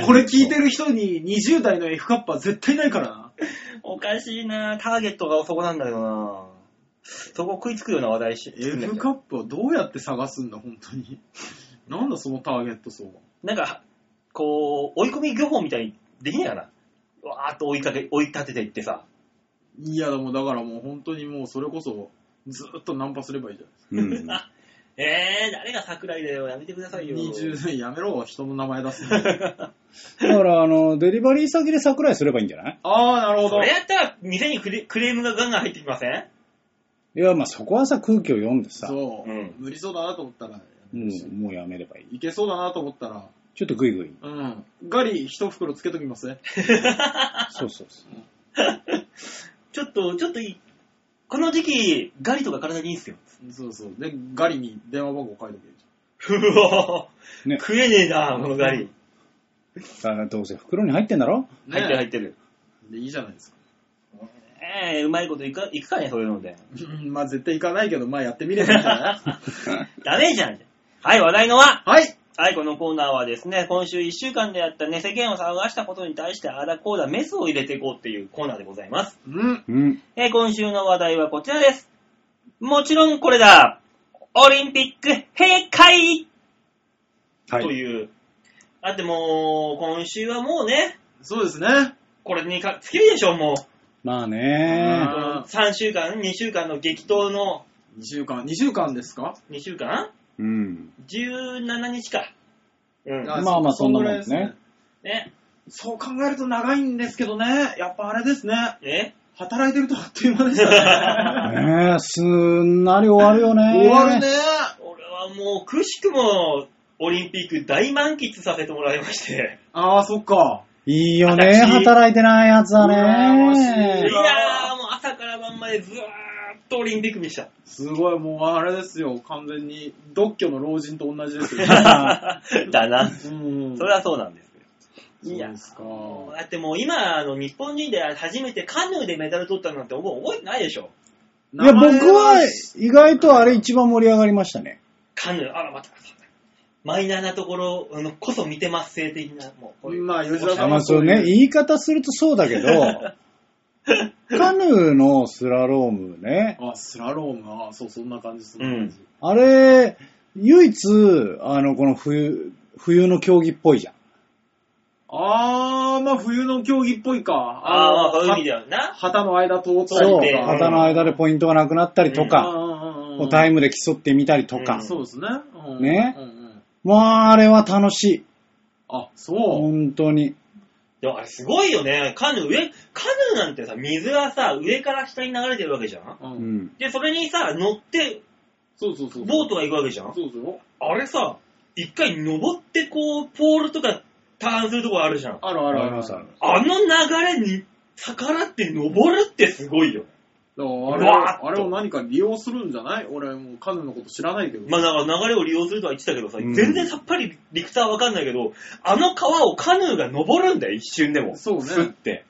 S1: これ聞いてる人に20代の F カップは絶対ないから <laughs> な。
S2: おかしいなターゲットがそこなんだよなそこ食いつくような話題し、作んなきゃ
S1: F カップはどうやって探すんだ、本当に。なんだそのターゲット層は。
S2: なんか、こう、追い込み漁法みたいにできないかな。わーっと追いかけ、追い立てていってさ。
S1: いや、でもだからもう本当にもうそれこそ、ずーっとナンパすればいいじゃ
S3: うん
S2: <laughs> えー、誰が桜井だよ。やめてくださ
S1: ないい
S2: よ。
S1: 20代やめろ、人の名前出すの。
S3: <laughs> だから、あの、デリバリー先で桜井すればいいんじゃない
S1: ああ、なるほ
S2: そ
S1: ど
S2: れ。やったら、店にクレクレームがガンガン入ってきません
S3: いや、まあそこはさ、空気を読んでさ、う
S1: そう、
S2: うん
S1: 無理そうだなと思ったらやめるし、
S3: ん、もうやめればいい。
S1: いけそうだなと思ったら、
S3: ちょっとグイグイ。
S1: うん。ガリ一袋つけときますね。
S3: そうそうそう。
S2: ちょっと、ちょっといい。この時期、ガリとか体にいいっすよ。
S1: そうそう。で、ガリに電話番号書いとけばいいじ
S2: うおー、
S3: ね
S2: 食えねえな、このガリ。
S3: だからどうせ袋に入ってんだろ
S1: ゃん。
S2: 入ってる入ってる。
S1: で、いいじゃないですか。 <laughs>
S2: ええー、うまいこといかいくかね、そういうので。
S1: うんまあ絶対行かないけど、まあやってみればいいんじゃない
S3: <laughs>
S2: ダメじゃん。はい、話題のは
S1: はい
S2: はい、このコーナーはですね、今週1週間であったね、世間を騒がしたことに対して、あらこうだ、メスを入れていこうっていうコーナーでございます。
S1: うん。
S3: うん。
S2: えー今週の話題はこちらです。もちろんこれだオリンピック閉会
S3: は
S2: と
S3: い。
S2: いう。だってもう、今週はもうね、
S1: そうですね。
S2: これにか尽きるでしょ、もう。
S3: まあね
S1: あー
S2: 3週間、2週間の激闘の
S1: 2週間、2週間ですか
S2: 2週間
S3: うん。
S2: ?17 日か。うん。
S3: あまあまあそんなもんですね
S1: ぐらい
S2: ね。
S1: ですね。そう考えると長いんですけどね。やっぱあれですね。
S2: え
S1: 働いてるとあっという間で
S3: <laughs>
S1: したね。
S3: ねえ、すんなり終わるよね。
S1: 終わるね。
S2: 俺はもう、くしくも、オリンピック大満喫させてもらいまして。
S1: ああ、そっか。
S3: いいいよね、
S2: 私
S3: 働いてないやつだ
S1: 羨まし
S3: ね
S1: い。
S2: いやー、もう朝から晩までずーっとオリンピック見した。
S1: すごい、もうあれですよ。完全に、独居の老人と同じですよ。
S2: だな。
S1: うん。
S2: それはそうなんですよ。
S1: い
S2: いや
S1: や、ですか。
S2: だってもう今、あの、日本人で初めてカヌーでメダル取ったなんてもう覚えてないでしょ。
S3: いや、僕
S1: 名前
S3: は意外とあれ一番盛り上がりましたね。
S2: カヌー、あら、待って待って待って。マイナーなところあのこそ見てます性的な、もうこういう。
S1: まあ、吉田さ
S3: あ
S1: ん
S3: まあ
S1: は
S3: そうね、言い方するとそうだけど、カヌーのスラロームね、
S1: あ、スラロームな、あそう、そんな感じ、そんな感じ。
S3: あれ、唯一、あの、この冬、冬の競技っぽいじゃん。
S1: あー、まあ、冬の競技っぽいか。
S2: ああ、そ
S1: の
S2: ういう意味だよな。
S1: 旗の間通ったり
S3: そ
S1: と
S3: う
S1: か。
S2: で、
S3: 旗の間でポイントがなくなったりとか、こうタイ
S1: ム。
S3: ムで競ってみたりとか、
S2: うん
S1: そうですね。うん
S3: ね
S1: うんうん
S3: もうあれは楽しい。
S1: あ、そう。
S3: 本当に。
S2: でもあれすごいよね。カヌー、上、カヌーなんてさ、水はさ、上から下に流れてるわけじゃん。
S1: う。
S3: うんん。
S2: で、それにさ、乗って、
S1: そうそうそう。
S2: ボートが行くわけじゃん。
S1: そうそう。
S2: あれさ、一回登ってこう、ポールとかターンするとこあるじゃん。
S1: あるある
S3: あ
S1: あ
S3: り
S1: る。
S3: ますあ
S1: だ
S3: り
S1: か
S3: ま
S2: あ
S3: す
S2: の流れに逆らって登るってすごいよ。
S1: らあれ
S2: わーっと
S1: をあれを何か利用するんじゃない俺、もうカヌーのこと知らないけど。
S2: まあだから流れを利用するとは言ってたけどさ、
S3: うん
S2: 全然さっぱり理屈はわかんないけど、あの川をカヌーが登るんだよ、一瞬でも。
S1: そうね。
S3: すって。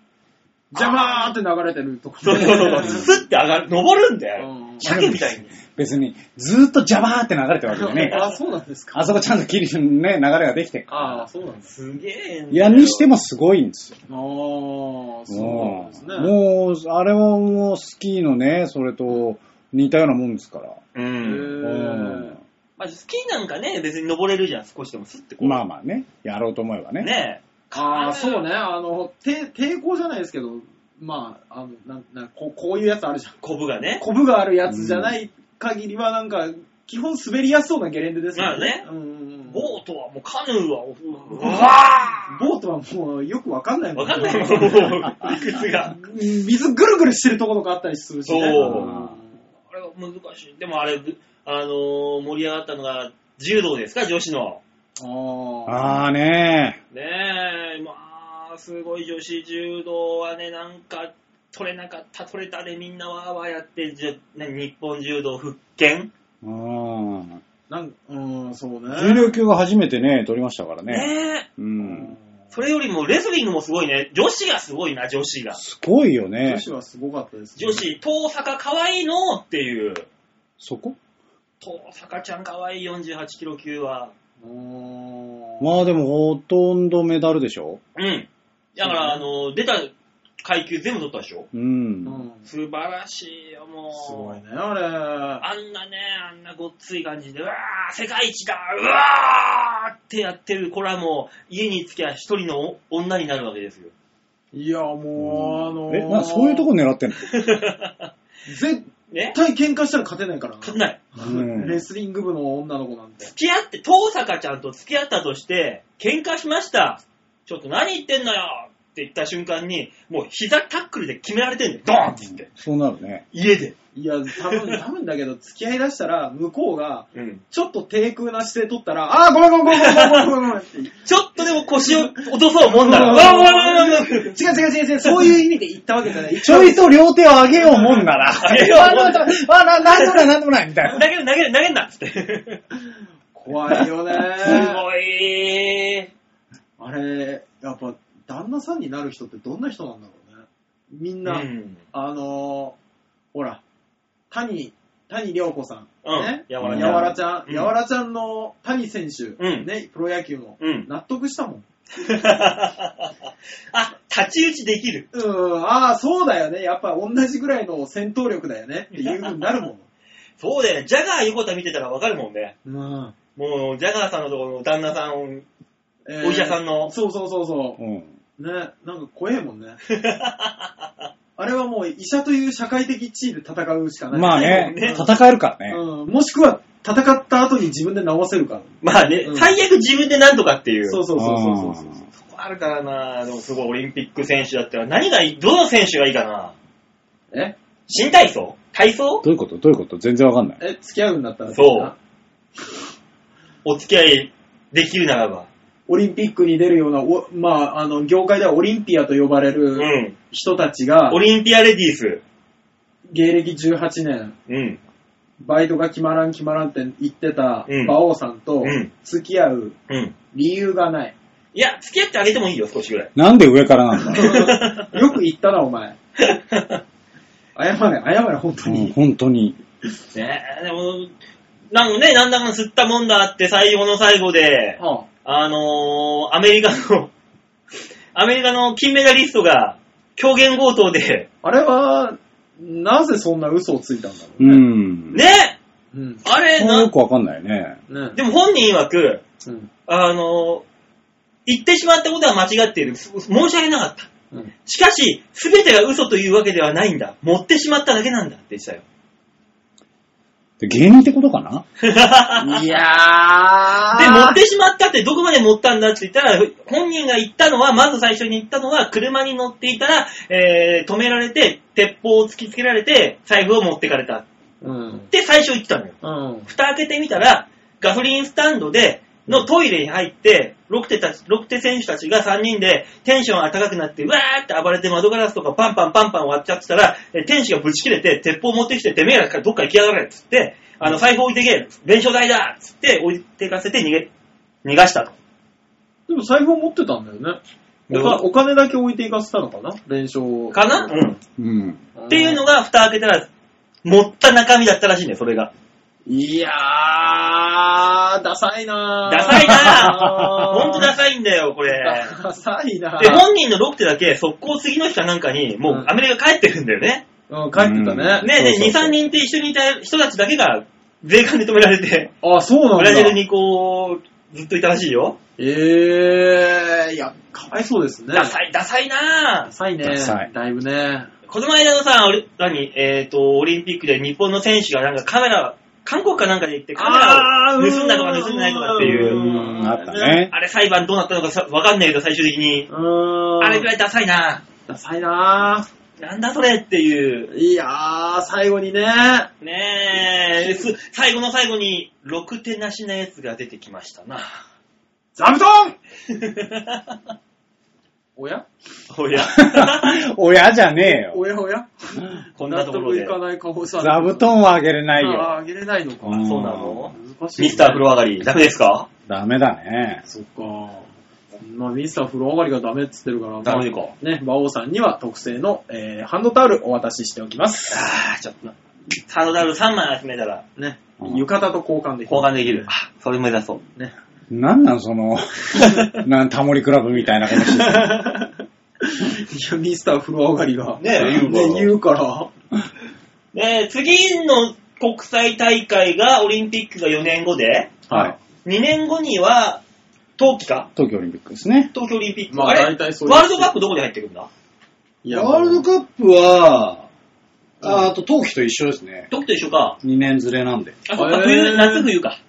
S1: ジャバーって流れてるとこ
S2: そうそうそう。
S1: ん
S2: スッて上がる、登るんだよ。
S1: うん
S2: 鮭みたいに。
S3: 別に、ずーっとジャバーって流れてるわけじゃねえから。
S1: <laughs> あ、そうなんですか。
S3: あそこちゃんと切るね、流れができてる
S1: あ
S3: か
S1: あ、そうなんです。
S2: すげえんだよ
S3: ら。いや、にしてもすごいんですよ。
S1: ああ、そうなん
S3: も
S1: です
S3: う、
S1: ね。
S3: もうあれはもうスキーのね、それと似たようなもんですから。
S2: う
S1: へ
S2: ん。
S1: ー
S3: うん
S2: まあ、スキーなんかね、別に登れるじゃん、少しでもスッてこう。
S3: まあまあね、やろうと思えばね。
S2: ねえ。
S1: ああ、そうね。あの、抵抵抗じゃないですけど、まあ、あの、なんなんこうこういうやつあるじゃん。
S2: コブがね。
S1: コブがあるやつじゃない限りは、なんか、基本滑りやすそうなゲレンデですよね。
S2: ま
S1: うんうんうん
S2: ボートはもうカヌーは、うわ
S1: ボートはもうよくわかんない
S2: ー
S1: も
S2: わ
S1: ん
S2: かんない
S3: <laughs>
S2: よ、もう理屈が。
S1: 水ぐるぐるしてるとことかあったりするしね。
S2: そう
S1: う
S2: あれは難しい。でもあれ、あのー盛り上がったのが、柔道ですか、女子の。
S1: んああ。
S3: ああね
S2: ねえ、まあ、すごい女子柔道はね、なんか、取れなかった、取れたでみんなわーわーやって、じゅね日本柔道復権
S3: うん。
S1: なんうん、そうね。
S3: 重量級が初めてね、取りましたから
S2: ね
S3: ね。
S2: え。
S3: う
S1: うんん。
S2: それよりもレスリングもすごいね。女子がすごいな、女子が。
S3: すごいよね
S1: 女。子はすごかったです、
S2: 女。子、東坂かわいいのっていう。
S3: そこ
S2: 東坂ちゃんかわいい48キロ級は。
S1: うん。
S3: まあでもほとんどメダルでしょ
S2: うん。だから、あの、出た階級全部取ったでしょ
S3: う。
S1: うんん
S2: 素晴らしいよ、もう。
S1: すごいね、あ
S2: あんなね、あんなごっつい感じで、うわー、世界一だうわーってやってる子らも、家に着きゃ一人の女になるわけですよ。
S1: れ。いや、もう、あのー
S3: え、な、そういうとこ狙ってんの
S1: 絶
S2: ね
S1: 対喧嘩したら勝てないから
S2: 勝てない。
S3: うん
S1: レスリング部の女の子なんて。
S2: 付き合って、遠坂ちゃんと付き合ったとして、喧嘩しました。ちょっと何言ってんのよって言った瞬間に、もう膝タックルで決められてんだよ。ドーンって言って。
S3: そうなるね。
S2: 家で。
S1: いや、多分、多分だけど、付き合いだしたら、向こうが、
S2: うん。
S1: ちょっと低空な姿勢取ったら、あー、ごめんごめんごめんごめんごめんごめんって。違う
S2: ちょっとでも腰を落とそうもんなら、
S1: う
S2: わ
S1: ん
S2: ーわーわーわーわ <laughs> ー
S1: 違う違う違う、そういう意味で言ったわけじゃ
S2: <laughs>
S1: ない。
S3: ちょいと両手を上げようも
S1: <laughs>
S3: んなら。 <laughs> あ、
S2: げようもんなら
S3: なななんでもない、なんでもない、みたい
S2: 投
S3: な。
S2: げる投げる投げんなっつって。
S1: 怖いよ
S2: <laughs>
S1: ね
S2: すごい。
S1: あれ、やっぱ、旦那さんになる人ってどんな人なんだろうね。みんな、
S2: うん
S1: あのー、ほら、谷、谷良子さん。
S2: うん
S1: ね。
S2: や
S1: や
S2: わ
S1: わ
S3: ら
S1: ら
S3: ち
S1: ち
S3: ゃん
S1: ゃん。
S2: うん
S1: やわらちゃんの谷選手。
S2: うん
S1: ね、プロ野球の。
S2: うん。 <laughs>
S1: 納得したもん。
S2: あ、太刀打ちできる。
S1: うん、ああ、そうだよね。やっぱ同じぐらいの戦闘力だよね。っていう風に
S2: <laughs>
S1: なるもん。
S2: そうだよね。ジャガー横田見てたらわかるもんね。
S1: うん。
S2: もう、ジャガーさんのところの旦那さんを、
S1: え
S2: お医者さんの。
S1: そうそうそうそ
S3: うん。
S1: う。ね、なんか怖えもんね。 <laughs> あれはもう医者という社会的地位で戦うしかない。
S3: まあね、
S2: ね
S3: 戦えるからね。
S1: うん、もしくは戦った後に自分で治せるから。
S2: まあね、
S1: うん
S2: 最悪自分でなんとかっていう。
S1: そうそうそうそうそうそう。
S2: そこあるからなでもすごいオリンピック選手だったら、何がいい、どの選手がいいかな
S1: え
S2: 新体操体操
S3: どういうことどういうこと全然わかんない。
S1: え、付き合うんだったら
S2: そうお付き合いできるならば。
S1: オリンピックに出るような、おまあ、あの、業界ではオリンピアと呼ばれ
S2: う
S1: る
S2: ん。
S1: 人たちが、
S2: オリンピアレディース。
S1: 芸歴18年、
S2: うん。
S1: バイトが決まらん決まらんって言ってた
S2: うん、
S1: 馬王さんと
S2: うん
S1: 付き合う
S2: うん。
S1: 理由がない。
S2: いや、付き合ってあげてもいいよ、少しぐらい。
S3: なんで上からなんだ、
S1: <laughs> よく言ったな、お前。謝れ、謝れ、本当
S3: うん
S1: に。
S3: 本当に。
S2: ねえ、でも、なんかね、なんだかんだ吸ったもんだあって、最後の最後で、
S1: は
S2: あのー、アメリカの、 <laughs> アメリカの金メダリストが、狂言強盗で、
S1: あ、あれは、なぜそんな嘘をついたんだろ
S3: う
S1: うね。
S3: ん。
S2: ね
S1: うん。
S2: あれ、
S3: もう
S2: な
S3: よくわかんないね。
S1: ね
S2: でも本人曰く、
S1: うん。
S2: あのー、言ってしまったことは間違っている。す申し訳なかった。
S1: うん
S2: しかし、すべてが嘘というわけではないんだ。持ってしまっただけなんだって言ってたよ。
S3: で芸人ってことかない
S2: <laughs>
S1: や
S2: で、持ってしまったってどこまで持ったんだって言ったら、本人が言ったのは、まず最初に言ったのは、車に乗っていたら、えー、止められて、鉄砲を突きつけられて、財布を持ってかれた。っ
S1: うん。
S2: て最初言ってたのよ。
S1: うん。
S2: 蓋開けてみたら、ガソリンスタンドで、のトイレに入って、ロクテたち、ロクテ選手たちが3人でテンションが高くなって、うわーって暴れて窓ガラスとかパンパンパンパン割っちゃってたら、え天使がぶち切れて、鉄砲持ってきて、てめえらどっか行きやがれっつって、あの、財布置いてけ弁償台だっつって置いてかせて逃げ、逃がしたと。
S1: でも財布を持ってたんだよね。おかお金だけ置いていかせたのかな連勝
S2: かなうん。
S3: うん。
S2: っていうのが蓋開けたら、持った中身だったらしいんだよ、それが。
S1: いやー、ダサいなー。
S2: ダサいな
S1: <laughs> あー
S2: ほんとダサいんだよ、これ。
S1: ダサいな <laughs>
S2: で、本人のロクテだけ、速攻次の日かなんかに、もう
S1: うん
S2: アメリカ帰ってるんだよね。
S1: うん、帰ってたね。
S2: ねで、
S3: そうそう
S2: 2、
S3: そう
S2: 3人って一緒にいた人たちだけが、税関で止められて、
S1: あ、そうなんだ。
S2: ブラジルにこう、ずっといたらしいよ。
S1: えー、いや、かわいそうですね。
S2: ダサい、ダサいな
S1: ダサいね。
S3: ダサい
S1: だいぶね。
S2: ぁ。この間のさ、俺何、えっ、と、オリンピックで日本の選手がなんかカメラ、韓国かなんかで行ってカメラを盗んだとか盗んでないとかっていうう。
S3: んあったね
S2: あれ裁判どうなったのかさわかんないけど、最終的に
S1: う。ん。
S2: あれくらいダサいな。
S1: ダサいな
S2: なんだそれっていう。
S1: いやー、最後にね。
S2: ねえ、す最後の最後に、ろく手なしなやつが出てきましたな。
S1: 座布団 <laughs> おや
S2: おや。
S3: 親じゃねえよ。
S1: おやおや
S2: <laughs> こんなところ
S1: 納
S2: で。
S1: 得いかない顔さ。
S3: 座布団はあげれない
S1: あー
S3: よ。
S1: あげれないのか。
S3: うん
S2: そうなの
S1: 難しいね、
S2: ミスター風呂上がり、ダメですか
S3: ダメだね。
S1: そっか。まあ、ミスター風呂上がりがダメっつってるから、
S2: ダメか。
S1: ね、馬王さんには特製の、えー、ハンドタオルお渡ししておきます。
S2: あー、ちょっと。サードダブル3枚集めたら、
S1: ね、
S3: うん
S1: 浴衣と交換できる。
S2: 交換できる。あ、それ目指そう。
S1: ね。
S3: なんなんそ <laughs> の、なんタモリクラブみたいな形で。
S1: <laughs> いや、ミスター風呂上がりが。
S2: ね言うから
S1: ね言うから。
S2: で、次の国際大会が、オリンピックが4年後で、
S3: はい。
S2: 2年後には、冬季か
S3: 東京オリンピックですね。
S2: 東京オリンピック。
S1: まあ
S2: あれ
S1: 大体そういう
S2: ワールドカップどこで入ってくるんだ
S1: いや、
S3: ワールドカップは、ああと、冬季と一緒ですね。
S2: どこと一緒か。
S3: 2年ずれなんで。
S2: あ、そっか、
S1: へー
S2: 冬、夏冬か。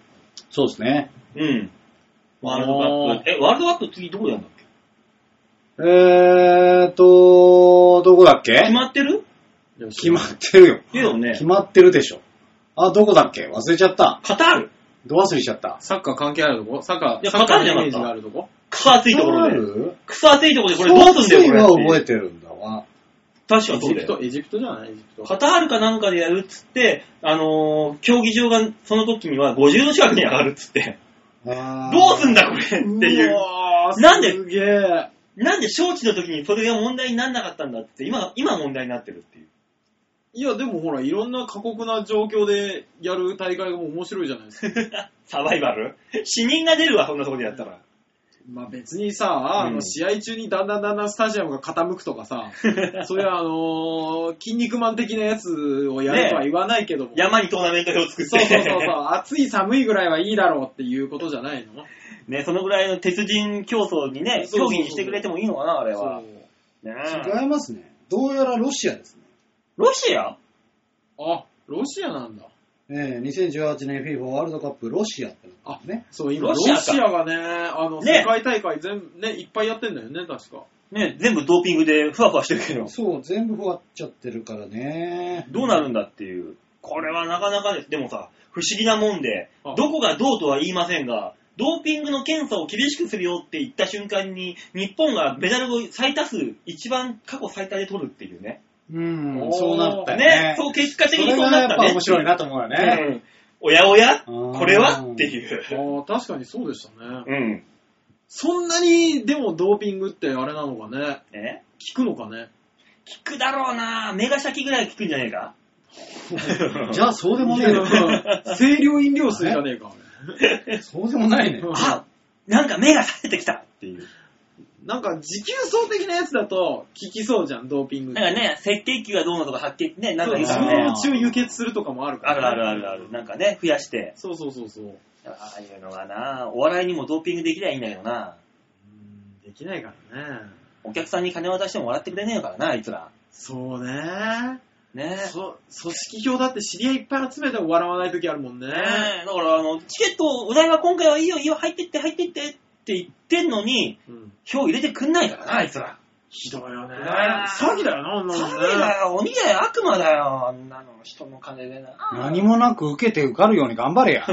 S3: そうですね。
S2: うん。ワールドカップ。え、ワールドカップ次どこやんだっけ
S3: えーと、どこだっけ
S2: 決まってる
S1: プ
S3: 決まってるよ。
S2: いいよね
S3: 決。まってるでしょ。あ、どこだっけ忘れちゃった。
S2: カタール。
S3: ど忘れしちゃった。
S1: サッカー関係あるとこサッカ
S2: い
S1: ー、
S2: や
S1: サッカーの
S2: わかんなかった
S1: イメージがあるとこ
S2: クソ暑いところ
S3: カター
S2: で。
S3: ル
S2: クソ暑いところで、これどうすんだよ、これ
S3: は
S2: っていう。
S3: 覚えてるんだわ。
S2: 確か
S1: エ
S2: に
S1: ジ
S2: そう
S1: プ
S2: だよ
S1: ト、。エジプトじゃないエジプト。
S2: カタールかなんかでやるっつって、あのー、競技場がその時には50度近くに上がるっつって、どうすんだこれっていう。
S1: わー
S2: なんです
S1: げえ。
S2: なんで招致の時にそれが問題にならなかったんだって、今、今問題になってるっていう。 <laughs>
S1: いや、でもほら、いろんな過酷な状況でやる大会がもう面白いじゃないですか。
S2: サバイバル死人が出るわ、そんなとこでやったら。
S1: まあ別にさ、あ
S2: う
S1: の
S2: ん
S1: 試合中にだんだんだんだんスタジアムが傾くとかさ、そういうあのー筋肉マン的なやつをやるとは言わないけ
S2: <laughs>
S1: ども。
S2: 山にトーナメント表作って。
S1: そうそうそうそう、暑い寒いぐらいはいいだろうっていうことじゃないの
S2: ね、そのぐらいの鉄人競争にね、競
S1: そうそうそう
S2: 技にしてくれてもいいのかな、あれ
S1: そ
S2: は
S1: う。
S2: ね
S3: 違いますね。どうやらロシアですね。
S2: ロシア
S1: あ、ロシアなんだ。
S3: ええ2018年 FIFA ワールドカップロシアってなったんですね。
S1: そう、
S2: ロ
S1: 今ロ
S2: シ
S1: シ
S2: アか
S1: アがね、あの、
S2: ね
S1: 世界大会全部ね、いっぱいやってんだよね、確か。
S2: ね、全部ドーピングでふわふわしてるけど。
S3: そう、全部終わっちゃってるからね。
S2: どうなるんだっていう。これはなかなかです。でもさ、不思議なもんで、
S1: あ
S2: どこがどうとは言いませんが、ドーピングの検査を厳しくするよって言った瞬間に、日本がメダルを最多数、一番過去最多で取るっていうね。
S3: うん
S1: おー
S3: そうなった
S2: ね
S3: よね。
S2: そう、結果
S3: そ
S2: 的に
S3: れ
S2: そう
S3: が
S2: な
S3: や
S2: っ
S3: ったぱ
S2: ね
S3: 面。白いなと思うよね。
S2: うんおやおや
S3: うん
S2: これはっていう。
S3: <laughs>
S1: ああ、確かにそうでしたね。
S2: うん。
S1: そんなに、でもドーピングってあれなのかね。
S2: ね。
S1: 効くのかね。
S2: 効くだろうなメガシャキぐらい効くんじゃねえ <laughs> か
S3: じゃあそうでもねえよ。
S1: うん清涼飲料水じゃねえか。
S3: そうでもないね。
S1: うん
S2: あ、なんか目が冴えてきたっていう。
S1: なんか、持久走的なやつだと、効きそうじゃん、ドーピングって。
S2: なんかね、赤血球がどうのとか白血ね、なんかいいか
S1: そ
S2: ら
S1: う
S2: ね。
S1: 相当中輸血するとかもあるか
S2: あ
S1: ら、
S2: るあるあるある。なんかね、増やして。
S1: そうそうそうそう。
S2: ああいうのがな、お笑いにもドーピングできりゃいいんだけどな。
S1: うんできないからね。
S2: お客さんに金渡しても笑ってくれねえからな、あいつら。
S1: そうね。
S2: ねえ。
S1: そ組織票だって知り合いいっぱい集めても笑わない時あるもんね。
S2: ねえ。だから、あの、チケット、お台場今回はいいよ、いいよ、入ってって、入ってってって言ってんのに、
S1: うん、
S2: 票入れてくんないからな、あいつら。
S1: ひどいよね。
S2: ね
S1: 詐欺だよな、女
S2: そ
S1: の
S2: う
S1: 子
S2: だ
S1: ね。
S2: よ、鬼だよ、悪魔だよ、あんなの、人の金でな。
S3: 何もなく受けて受かるように頑
S1: <laughs>
S3: 張れや。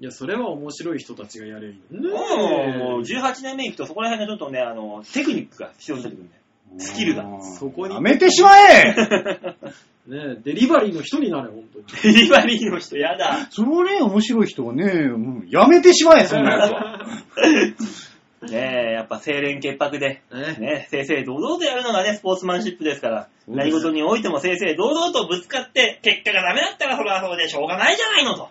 S1: いや、それは面白い人たちがやれるよね。
S2: もう、18年目行くと、そこら辺がちょっとね、あの、テクニックが必要になってくるんだよ。スキルが
S1: そこに
S3: やめてしまえ
S1: ねえデリバリーの人になれ、本当に。
S2: デリバリーの人、や
S3: <laughs>
S2: だ。
S3: そのね、面白い人はね、うんやめてしまえ、そんなやつ
S1: <laughs>
S3: は。
S2: ねえ、やっぱ清廉潔白で、ね、
S1: ね
S2: 正々堂々とやるのがね、スポーツマンシップですから、
S3: そうです
S2: 何事においても正々堂々とぶつかって、結果がダメだったらそれはそうでしょうがないじゃないのと。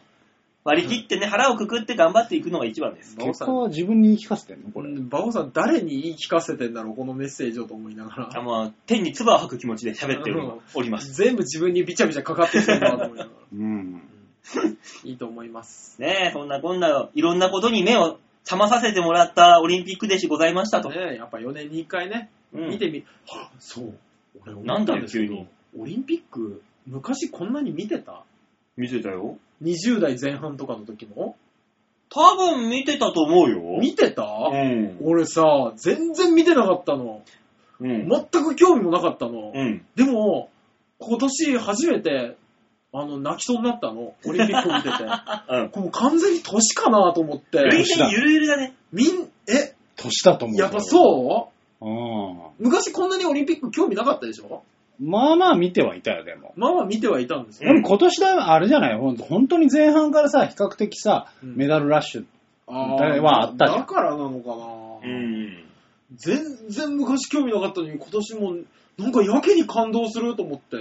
S2: 割り切ってね、腹をくくって頑張っていくのが一番です。
S1: 馬王
S3: 結
S1: さ
S3: 果
S1: ん、
S3: は自分に言い聞かせてんのこ
S1: う
S3: れ。
S1: ん馬王さん、誰に言い聞かせてんだろう、このメッセージをと思いなが
S2: あ
S1: ら。
S2: まあ、天に唾を吐く気持ちで喋っており
S1: うん
S2: おります。
S1: 全部自分にびちゃびちゃかかってきてるなと思い <laughs> ながら。
S3: うん。
S1: いいと思います。
S2: ねえ、そんなこんな、いろんなことに目を覚まさせてもらったオリンピックでしございましたと。
S1: ねえ、やっぱ4年に1回ね、
S2: うん
S1: 見てみ、はっそう、俺思
S2: なん
S1: っ
S2: だ
S1: た
S2: よ
S1: んですけ
S2: 急
S1: ど
S2: に、
S1: オリンピック、昔こんなに見てた
S2: 見てたよ。
S1: 20代前半とかの時も
S2: 多分見てたと思うよ。
S1: 見てた、
S2: うん。
S1: 俺さ、全然見てなかったの。
S2: うん。
S1: 全く興味もなかったの。
S2: うん。
S1: でも、今年初めて、あの、泣きそうになったの。オリンピックを見てて。
S2: うん。
S1: <laughs> もう完全に年かなと思っ
S2: 冷
S1: て。
S2: 静にゆるゆるだね。
S1: みん、え、
S3: 年だと思う。
S1: やっぱそう
S3: うん。
S1: 昔こんなにオリンピック興味なかったでしょ
S3: まあまあ見てはいたよ、でも。
S1: まあまあ見てはいたんです
S2: う
S3: で
S1: よ。
S2: ん
S3: も今年だ、あれじゃないほんと本当に前半からさ、比較的さ、
S1: うん
S3: メダルラッシュ。
S1: あ
S3: だまああったじゃん
S1: だからなのかな、
S2: ん。
S1: 全然昔興味なかったのに今年もなんかやけに感動すると思って。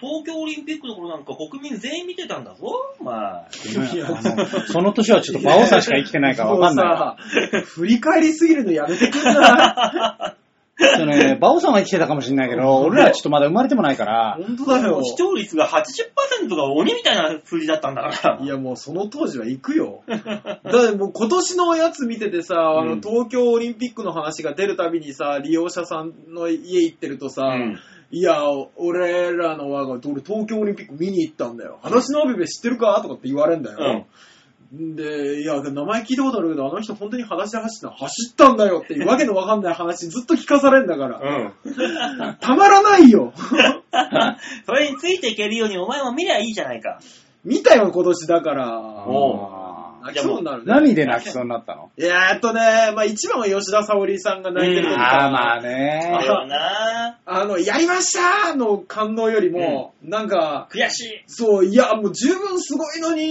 S2: 東京オリンピックの頃なんか国民全員見てたんだぞ、まあ。
S1: いや
S3: あのその年はちょっと馬王さんしか生きてないからわかんないわ。
S1: もうさ、振り返りすぎるのやめてくん
S3: <laughs>
S1: な
S3: ちょっとね、馬王さんは生きてたかもしれないけど、俺らはちょっとまだ生まれてもないから、
S1: 本当だよ。
S2: 視聴率が80%が鬼みたいな数字だったんだから。
S1: いやもうその当時は行くよ。だってもう今年のやつ見ててさ、あ
S2: う
S1: の
S2: ん
S1: 東京オリンピックの話が出るたびにさ、利用者さんの家行ってるとさ、
S2: うん
S1: いや、俺らの我が、俺東京オリンピック見に行ったんだよ。話のアベベ知ってるかとかって言われんだよ。で、いや、名前聞いたことあるけど、あの人本当に裸足で走ったの走ったんだよっていうわけのわかんない話ずっと聞かされんだから、 <laughs>
S2: うん。
S1: たまらないよ
S2: それについていけるようにお前も見りゃいいじゃないか。
S1: 見たよ、今年だから。
S2: お
S1: 泣きそうになるね。
S3: 何で泣きそうになったの
S1: いやーっとね、まあ一番は吉田沙保里さんが泣いてる
S2: う
S1: 時
S2: ん
S3: あ
S1: か
S3: あ、まあ
S2: あれ
S3: ね。
S2: はな
S1: あの、やりましたーの感動よりも、なんか、
S2: 悔し
S1: そう、いや、もう十分すごいの
S2: い、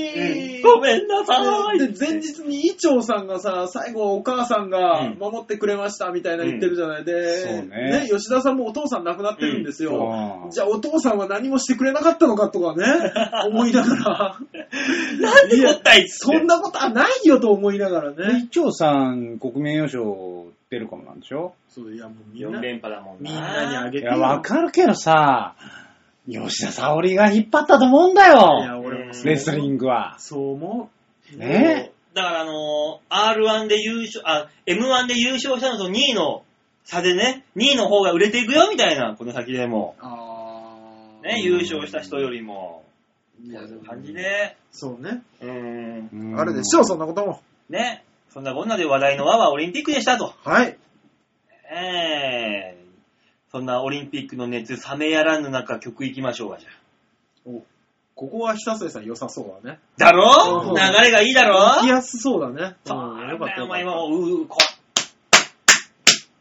S1: に、
S2: ごめんなさい。
S1: で、前日に伊調さんがさ、最後お母さんが
S2: うん
S1: 守ってくれましたみたいな言ってるじゃないで、
S3: そうね
S1: 吉田さんもお父さん亡くなってるんですよ。
S3: うん
S1: じゃあお父さんは何もしてくれなかったのかとかね、思いながら。
S2: なんでもったいっつっ
S1: そん
S2: て。
S1: なことはないよと思いながらね。
S3: 一丁さん、国民栄誉賞出るかもなんでしょ
S1: そう、いやもうみん
S2: 4
S1: な、
S2: 連覇だもんな。
S1: みんなにあ
S3: い
S1: げてよ。
S3: や、わかるけどさ、吉田沙保里が引っ張ったと思うんだ
S1: いや、
S3: よ。
S1: 俺もそう
S3: レスリングは。
S1: そう思う。
S3: ね
S2: だからあのー R1 で優勝、あ、M1 で優勝したのと2位の差でね、2位の方が売れていくよみたいな、この先でも。
S1: あー
S2: ね、優勝した人よりも。
S1: いやでも
S2: 感じね。
S1: そうね。
S2: うん。
S3: うん
S1: あるでしょう、そんなことも。
S2: ね。そんなこんなで話題の輪はオリンピックでしたと。
S1: はい。
S2: ええそんなオリンピックの熱冷めやらぬ中曲行きましょうか、じゃあ。
S1: ここは久末さん良さそうだね。
S2: だろ
S1: うん
S2: 流れがいいだろ
S1: 行きやすそうだね。
S2: そう
S1: うん
S2: だ
S1: よ
S2: よ
S1: かった
S2: お
S1: よか
S2: 前
S1: った。
S2: もう、う、こ、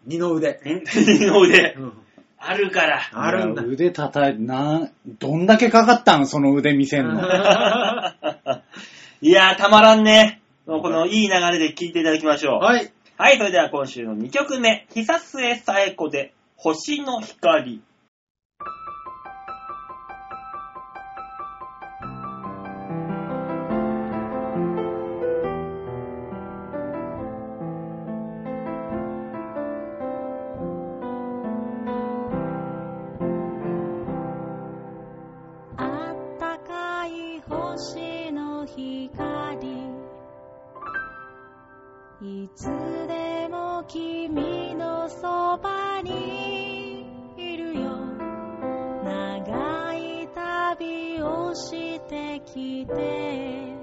S1: 二の腕。
S2: ん <laughs> 二の腕
S1: う、ん。
S2: あるから。
S1: あるんだ
S3: いや腕叩いて、なん、どんだけかかったんその腕見
S1: <laughs>
S3: せんの。
S2: <laughs> いやー、たまらんね。もうこのいい流れで聴いていただきましょう。はい、
S1: はい。
S2: それでは今週の2曲目、久末さえ子で、星の光。
S4: あったかい星の光いつでも君のそばにいるよ長い旅をしてきて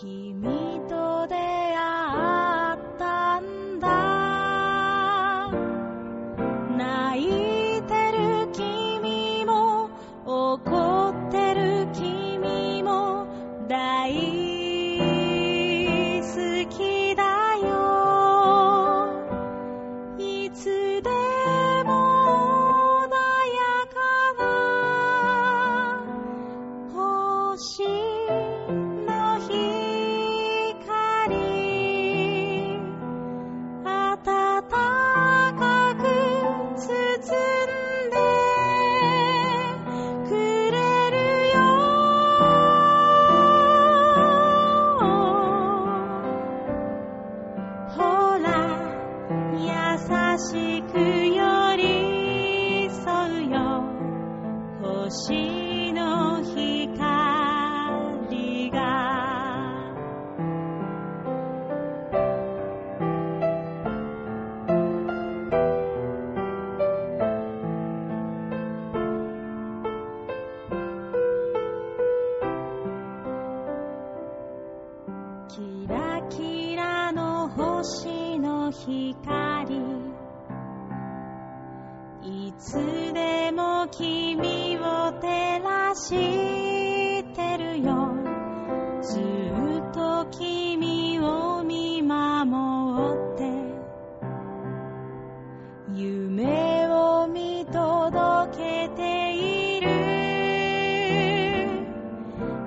S4: 君と出会ったんだ泣いてる君も怒ってる君も大好きだよいつでも穏やかな星の光暖かく包んでくれるよほら優しく寄り添うよ星の光がキラキラの星の光いつでも君を照らしてるよずっと君を見守って夢を見届けている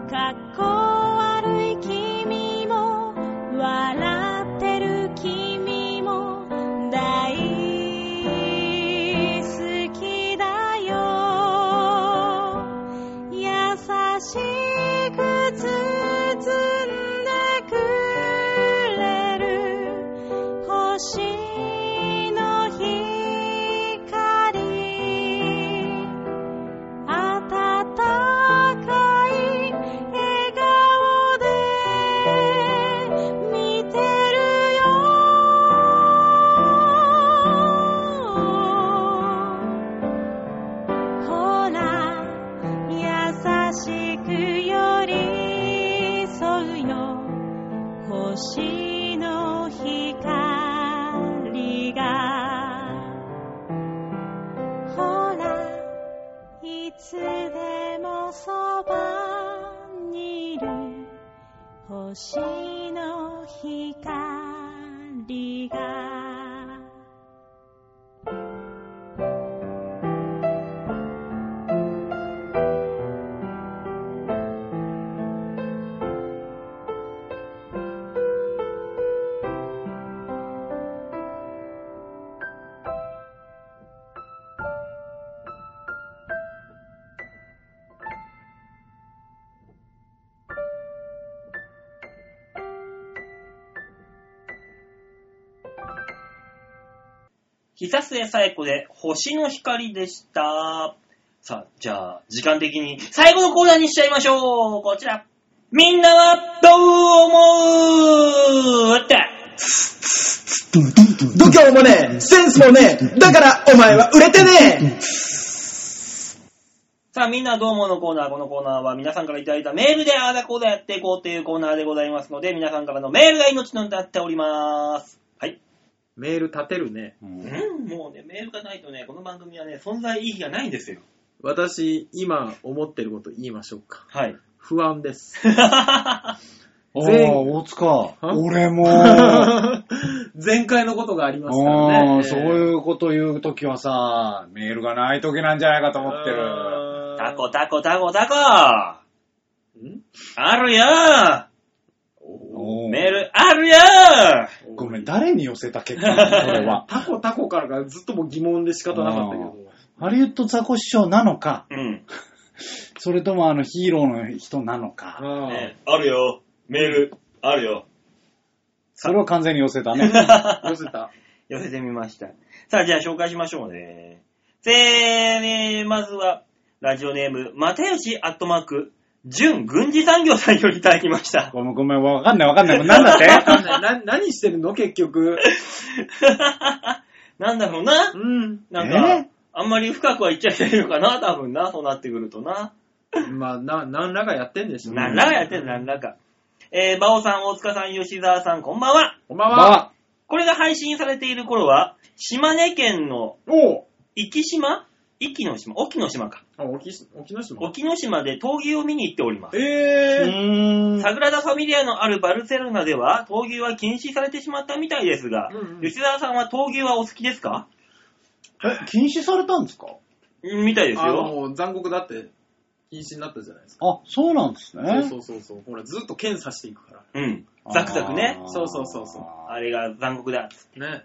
S4: かっこ悪い君も笑ってる君も大好きだよ優しく包んでくれる星の光「あたたかい笑顔で見てるよ」「ほら優しく寄り添うよ星の光が」「ほら」いつでもそばにいる星の光が
S2: 久末さえ子で、星の光でした。さあ、じゃあ、時間的に最後のコーナーにしちゃいましょう。こちら。みんなはどう思うって。
S1: 度胸もねえ、センスもねえ、だからお前は売れてね
S2: さあ、みんなどうものコーナー。このコーナーは皆さんからいただいたメールであーだこーだやっていこうというコーナーでございますので、皆さんからのメールが命のなっております。はい。
S1: メール立てるね。
S3: うん
S2: うん、もうね、メールがないとね、この番組はね、存在意義がないんですよ。
S1: 私、今思ってること言いましょうか。
S2: はい。
S1: 不安です。
S3: ああ、
S1: 全
S3: 大塚。
S1: ん <laughs>
S3: 俺も。
S1: 前回のことがありますからね
S3: あ。あ、そういうこと言うときはさ、メールがないときなんじゃないかと思ってる。
S1: うーん
S2: タコタコタコタコあ
S1: ん。
S2: るよ
S3: おー
S2: メールあるよ
S3: ごめん、誰に寄せた結果なのこれは
S1: タコタコからがずっともう疑問で仕方なかったけど。
S3: ハリウッドザコシショウなのか、
S2: うん。
S3: それともあのヒーローの人なのか、
S1: あー
S2: ねあるよメールある <laughs> よ
S3: それを完全に寄せたね。
S1: <laughs> 寄せた。
S2: 寄せてみました。さあ、じゃあ紹介しましょうね。せーね、まずは、ラジオネーム、又吉アットマーク、準軍事産業さんよりいただきました。 <laughs>
S3: ごめんごめん、わかんないわかんない。これなんだって
S1: な、何してるの結局。
S2: なんだろうな
S1: うん。
S2: なんか、
S3: えー
S2: あんまり深くは言っちゃいけないのかな多分な、そうなってくるとな。
S1: まあ、な、何らかやってんでしょ。
S2: 何らかやってる、何らか。えー、馬王さん、大塚さん、吉沢さん、こんばんは。
S1: こんばんは。
S3: ば
S2: これが配信されている頃は、島根県の
S1: おう
S2: 壱岐島壱岐の島沖の島か。
S1: あ、沖し、沖ノ島。
S2: 沖の島で闘牛を見に行っております。
S3: う
S1: ええ
S3: ーん。
S2: サグラダ・ファミリアのあるバルセロナでは、闘牛は禁止されてしまったみたいですが、
S1: うんうん
S2: 吉沢さんは闘牛はお好きですか
S3: え、禁止されたんですか
S2: うんみたいです
S1: あの、
S2: よ。
S1: もう残酷だって禁止になったじゃないですか。
S3: あ、そうなんですね。
S1: そうそうそうそう。ほら、ずっと検査していくか
S2: うん。ザクザクね
S3: あ。ー
S1: そうそうそうそう
S2: あれが残酷だ。
S1: ら。ね。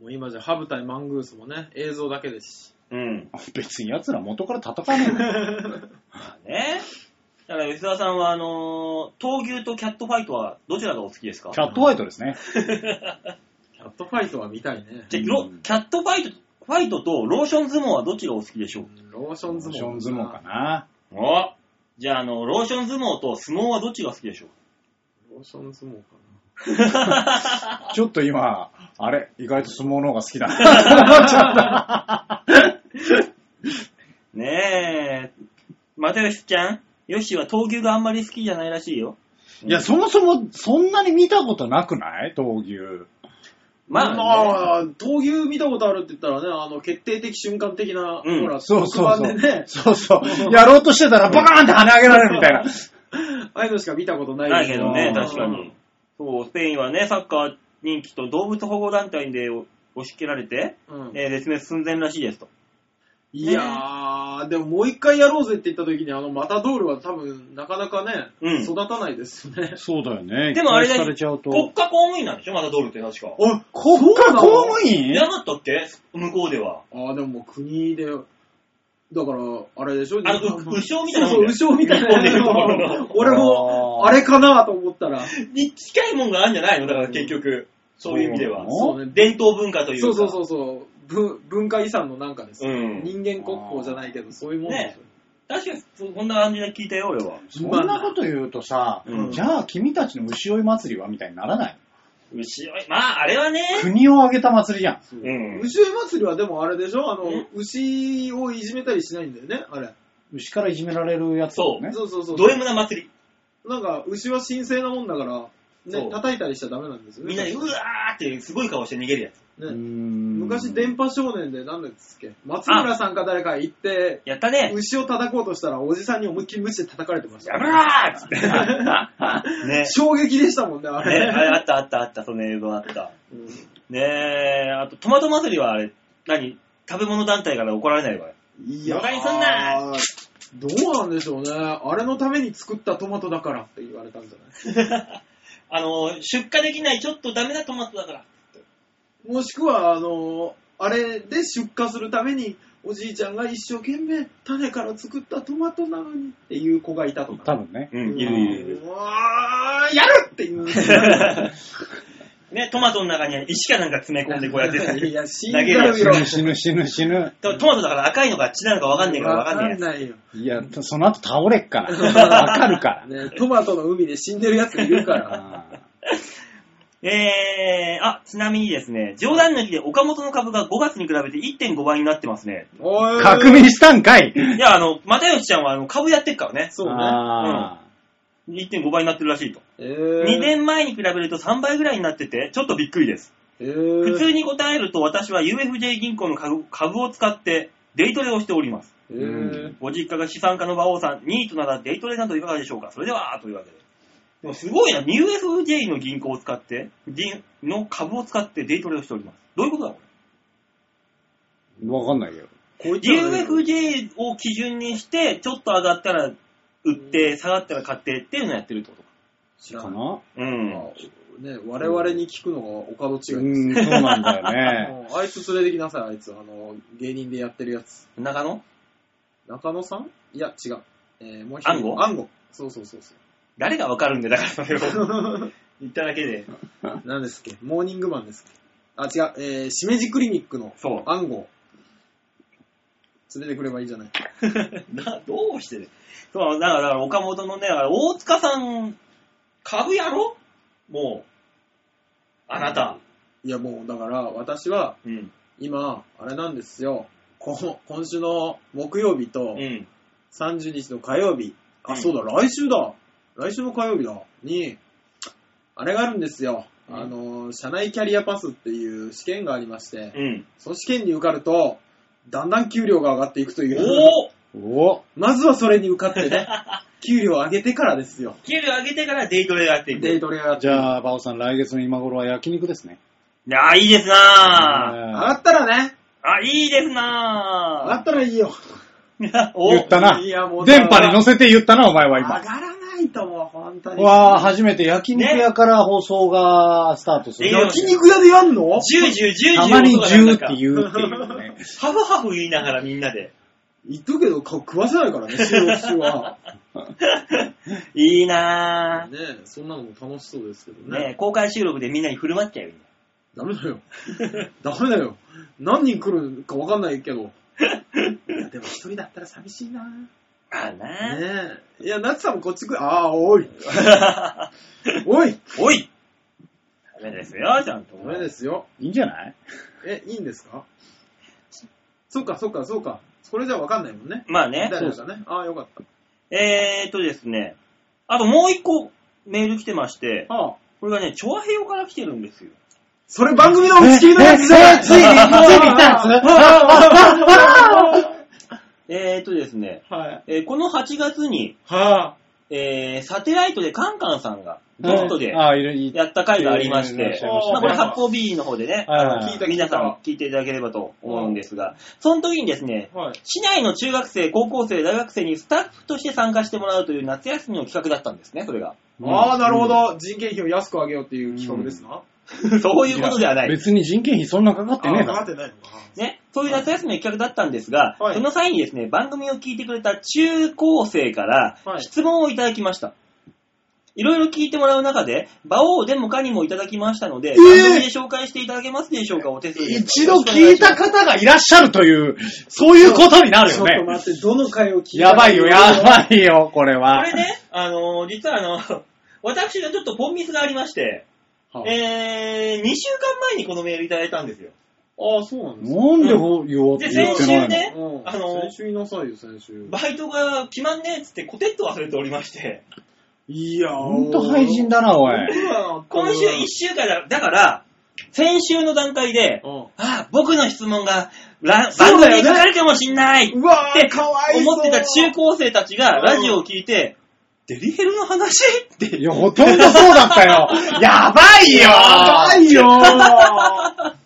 S1: もう今じゃ、ハブ対マングースもね、映像だけですし。
S2: うん。
S3: 別に奴ら元から叩かない。
S2: まあね。だから吉沢さんは、あのー闘牛とキャットファイトはどちらがお好きですか
S3: キャットファイトですね。
S1: キャットファイトは見たいね。
S2: じゃロ
S3: うん
S2: キャットファイト、ファイトとローション相撲はどっちがお好きでしょう
S1: うんローショ
S3: ロ
S1: ン
S3: ー
S1: 相撲。
S3: ション相撲か。な。
S2: おじゃあ、あの、ローション相撲と相撲はどっちが好きでしょう
S1: ローション相撲か
S3: ちょっと今、あれ、意外と相撲の方が好きだな。
S1: <laughs>
S3: 思っちゃった
S2: ねえ。又吉ちゃん、ヨシは闘牛があんまり好きじゃないらしいよ。
S3: いや、そもそもそんなに見たことなくない闘牛。
S2: ま
S1: な。
S2: あ、
S1: まあ、闘牛見たことあるって言ったらね、あの、決定的瞬間的な、
S2: うん
S1: ほら、
S3: そうそ
S1: 特
S3: うそう。
S1: 番でね、
S3: そうそう。やろうとしてたらバカーンって跳ね上げられるみたいな。
S1: ああいうのしか見たことない
S2: ないけどね、
S3: うん
S2: 確かに。。そう、スペインはね、サッカー人気と動物保護団体で押し切られて、
S1: うん
S2: えー絶滅寸前らしいですと。
S1: いやー、でももう一回やろうぜって言った時に、あの、マタドールは多分、なかなかね、
S2: うん
S1: 育たないですよね。
S3: <laughs> そうだよね。
S2: でもあれだ
S3: 期
S2: よ
S3: 待されちゃうと。
S2: 国家公務員なんでしょまたドールって確か。
S1: あ、
S3: 国家公務
S2: い
S3: 員
S2: なかったっけ向こうでは。
S1: ああ、でももう国で、だから、あれでしょ
S2: あの、う
S1: そう
S2: 鵜匠みたいなも
S1: そ
S2: ん
S1: う、
S2: だよ
S1: うしょみたい
S2: 日本でいうとこ
S1: な
S2: ろ。の。
S1: 俺も、
S3: あー
S1: あれかなと思ったら、
S2: に近いもんがあるんじゃないのだから結局、そういう意味では。
S3: そ
S1: そうね、
S2: 伝統文化というか。
S1: そうそうそうそうぶ、文化遺産のなんかです。
S2: うん。
S1: 人間国宝じゃないけど、そういうもんですよ。
S2: 確かにそう、こんな感じで聞いたよ、俺は。
S3: そんなこと言うとさ、
S2: うん
S3: じゃあ君たちの牛追い祭りはみたいにならない。
S2: 牛追い、まあ、あれはね、
S3: 国を挙げた祭りじゃん。
S1: そう
S2: うん
S1: 牛追い祭りはでもあれでしょあの
S2: ん、
S1: 牛をいじめたりしないんだよね、あれ。
S3: 牛からいじめられるやつだよね。
S1: そうそうそう。
S2: ド M な祭り。
S1: なんか、牛は神聖なもんだから、
S2: そ
S1: ね
S2: う、
S1: 叩いたりしちゃダメなんですよね。
S2: みんなで、うわーってすごい顔して逃げるやつ。
S3: うー
S1: ね、
S3: ん
S1: 昔、電波少年で何だっけ松村さんか誰か行って、
S2: やったね。
S1: 牛を叩こうとしたら、おじさんに思いっきり無視で叩かれてました
S2: や。めろーっつって。 <laughs> ね。
S1: 衝撃でしたもんね、あ
S2: ね、
S1: れ。
S2: あれあったあったあった、その映像あった。
S1: うん
S2: ねえ、あとトマト祭りはあれ、何食べ物団体から怒られないわよ。
S1: い
S2: 馬鹿にすんな
S1: どうなんでしょうね。あれのために作ったトマトだからって言われたんじゃな
S2: あの、出荷できないちょっとダメなトマトだから。
S1: いもしくは、あの、あれで出荷するために、おじいちゃんが一生懸命種から作ったトマトなのにっていう子がいたと
S3: 多
S1: か。
S3: 分ね。
S2: うんいるいるいる。
S1: うわーやるっていう。
S2: ね、トマトの中に石かなんか詰め込んでこうやってさ
S1: いや、死ん
S2: 投
S1: で
S2: げるや
S1: る
S2: つ
S1: よ。
S3: 死ぬ死ぬ死ぬ。
S2: トトマトだから赤いのか血なのかわかんないからわかんないやつ。
S1: ないよ。
S3: いや、その後倒れ
S2: <laughs>
S3: っから。わかるから。
S1: ね、トマトの海で死んでるやついるから。
S3: あ
S2: えー、あ、ちなみにですね、冗談抜きで岡本の株が5月に比べて1.5倍になってますね。
S1: お
S3: ー
S1: い
S3: 確認したんかい
S2: いや、あの、又吉ちゃんはあの株やってるからね。
S1: そうね。
S3: あ
S2: 1.5倍になってるらしいと。
S1: えー
S2: 2年前に比べると3倍ぐらいになってて、ちょっとびっくりです。
S1: え
S2: 普
S1: ー
S2: 通に答えると私は UFJ 銀行の株株を使ってデイトレをしております。
S1: へー
S2: ご実家が資産家の馬王さん、ニートならデイトレなどいかがでしょうかそれでは、というわけで。でもすごいな、USJ の銀行を使って、銀の株を使ってデイトレをしております。どういうことだこ
S5: わかんないよ。
S1: こうい
S2: れ
S1: ったらね
S2: ?UFJ を基準にして、ちょっと上がったら売って、下がったら買ってっていうのをやってるってことか。
S1: 知ら
S5: か
S1: ん
S5: な
S2: うん。
S1: ね、我々に聞くのがお門
S5: う
S1: 違いです
S5: ん、そうなんだ
S2: <laughs>
S5: よね。
S1: もうあいつ連れてきなさい、あいつ。あの、芸人でやってるやつ。
S2: 中野
S1: 中野さんいや、違う。えー、もう一
S2: 安吾
S1: 暗号。そうそうそうそ
S2: 誰がわかるんだよ、だからそれを。 <laughs>
S1: う。
S2: 言っただけで。
S1: 何ですっけモーニングマンですっけあ、違う。えー、しめじクリニックの
S2: そう。
S1: 暗号。連れてくればいいじゃない。
S2: <laughs> などうしてるそう、だから、だから岡本のね、だから大塚さん、株やろもう、あなた。
S1: いや、もう、だから、私は、
S2: うん。
S1: 今、あれなんですよ。こ今週の木曜日
S2: う
S1: と
S2: ん。
S1: 30日の火曜日。
S2: う
S1: あ、
S2: ん
S1: そうだ、来週だ。来週の火曜日だ。に、あれがあるんですよ。
S2: うん
S1: あの、社内キャリアパスっていう試験がありまして、
S2: うん。
S1: その試験に受かると、だんだん給料が上がっていくという。
S2: おお
S5: お
S1: まずはそれに受かっ
S2: <laughs>
S1: てね、給料を上げてからですよ。
S2: 給料上げてからデイトレやってい
S1: デイ
S2: く。
S1: トレが
S5: じゃあ、バオさん、来月の今頃は焼肉ですね。
S2: いやー、いいですなー。
S1: 上
S5: あ
S1: がったらね、
S2: あ、いいです
S1: 上が
S2: <laughs> な
S1: ったらいいよ。
S2: ー。お
S5: 言ったな。
S1: いやもう
S5: 電波に乗せて言ったな、お前は
S1: 上が
S5: 今。
S1: らないと思う、本当に。
S5: わあ、初めて焼肉屋から放送がスタートす
S2: い
S5: る。
S2: いよ
S1: 焼肉屋でやんの
S2: ジュージュージュージュー
S5: たまにジューって
S2: う。
S5: 言うっていうね。
S2: <laughs> ハフハフ言いながらみんな <laughs> で。
S1: 言っとくけど、か食わせないからね、収録中は。
S2: いいな
S1: ねえそんなのも楽しそうですけど
S2: ー。ね公開収録でみんなに振る舞っちゃうよ。
S1: ダメだよ。 <laughs> ダメだよ。何人来るか分かんないけど。い <laughs> や、でも一人だったら寂しいな。ね
S2: あーなー。
S1: え。いや、夏さんもこっち来る。ああ、おい。おい。
S2: <laughs> おいダメですよ、ちゃんと。
S1: ダメですよ。
S5: いいんじゃない
S1: え、いいんですかそっかそっかそっか。それじゃ分かんないもんね。
S2: まあね。
S1: 誰だかね。ああ、よかっ
S2: えーっとですね。あともう一個メール来てまして
S1: た。、ああ。
S2: これがね、チョアヘヨから来てるんです
S1: <laughs>
S2: よ。
S1: それ番組の打ち切りのやつじゃん
S5: ええついに、ついに来たやつ
S2: えーっとですね、
S1: はい。
S2: えーこの8月に、
S1: はあ。
S2: えーサテライトでカンカンさんがゲストで
S5: ああ、いる、いい。
S2: やった回がありまし
S5: いらってしゃ、いまし
S2: ま
S5: た
S2: あこれ
S5: ね
S2: 発行 B の方でね、
S5: はいはい
S1: 聞い
S5: は
S1: た
S5: い。
S2: 皆さん聞いていただければと思うんですが、その時にですね、
S1: はい。
S2: 市内の中学生、高校生、大学生にスタッフとして参加してもらうという夏休みの企画だったんですね、それが。
S1: ああ、なるほど。人件費を安く上げようっていう企画ですな。
S2: そういうことではない。
S5: 別に人件費そんなかかってねえ
S1: ああ
S5: だ
S1: かかってないのか。
S2: ね、そういう夏休みの企画だったんですが、
S1: はい
S2: その際にですね、番組を聞いてくれた中高生から
S1: はい
S2: 質問をいただきました。いろいろ聞いてもらう中で、馬王でもかにもいただきましたの
S5: え
S2: で、
S5: ー
S2: 番組で紹介していただけますでしょうか、お手数です
S5: 一度聞いた方がいらっしゃるという、そういうことになる
S1: ち
S5: よ
S1: ょっと
S5: ね。
S1: 待って、どの回を聞いた
S5: やばいよ、や
S1: い。
S5: ばいよ、これは
S2: こ。れね、あのー実はあの、私がちょっとポンミスがありまして、
S1: はあ
S2: えー、2週間前にこのメールいただいたんですよ。
S1: ああ、そうなんですか。
S5: なんでこう言おうって言ってない
S2: で先週ね
S5: の
S1: うん
S2: あの
S1: 先週言いなさいよ、先週。
S2: バイトが決まんねえっつってコテッと忘れておりまして、
S1: いやー。
S5: ほんと廃人だな、おい。
S2: 今週1週間だ、だから、先週の段階で、
S1: うん。
S2: あ、僕の質問がラ
S1: そう
S2: 番
S1: だ
S2: 組
S1: よね
S2: に書かれるかもしんない
S1: うんうわ
S2: って
S1: ー、かわいそう。
S2: 思ってた中高生たちが
S1: うん
S2: ラジオを聞いて、デリヘルの話って。
S5: いや、ほとんどそうだったよ。やばいよ
S1: やば <laughs> いよー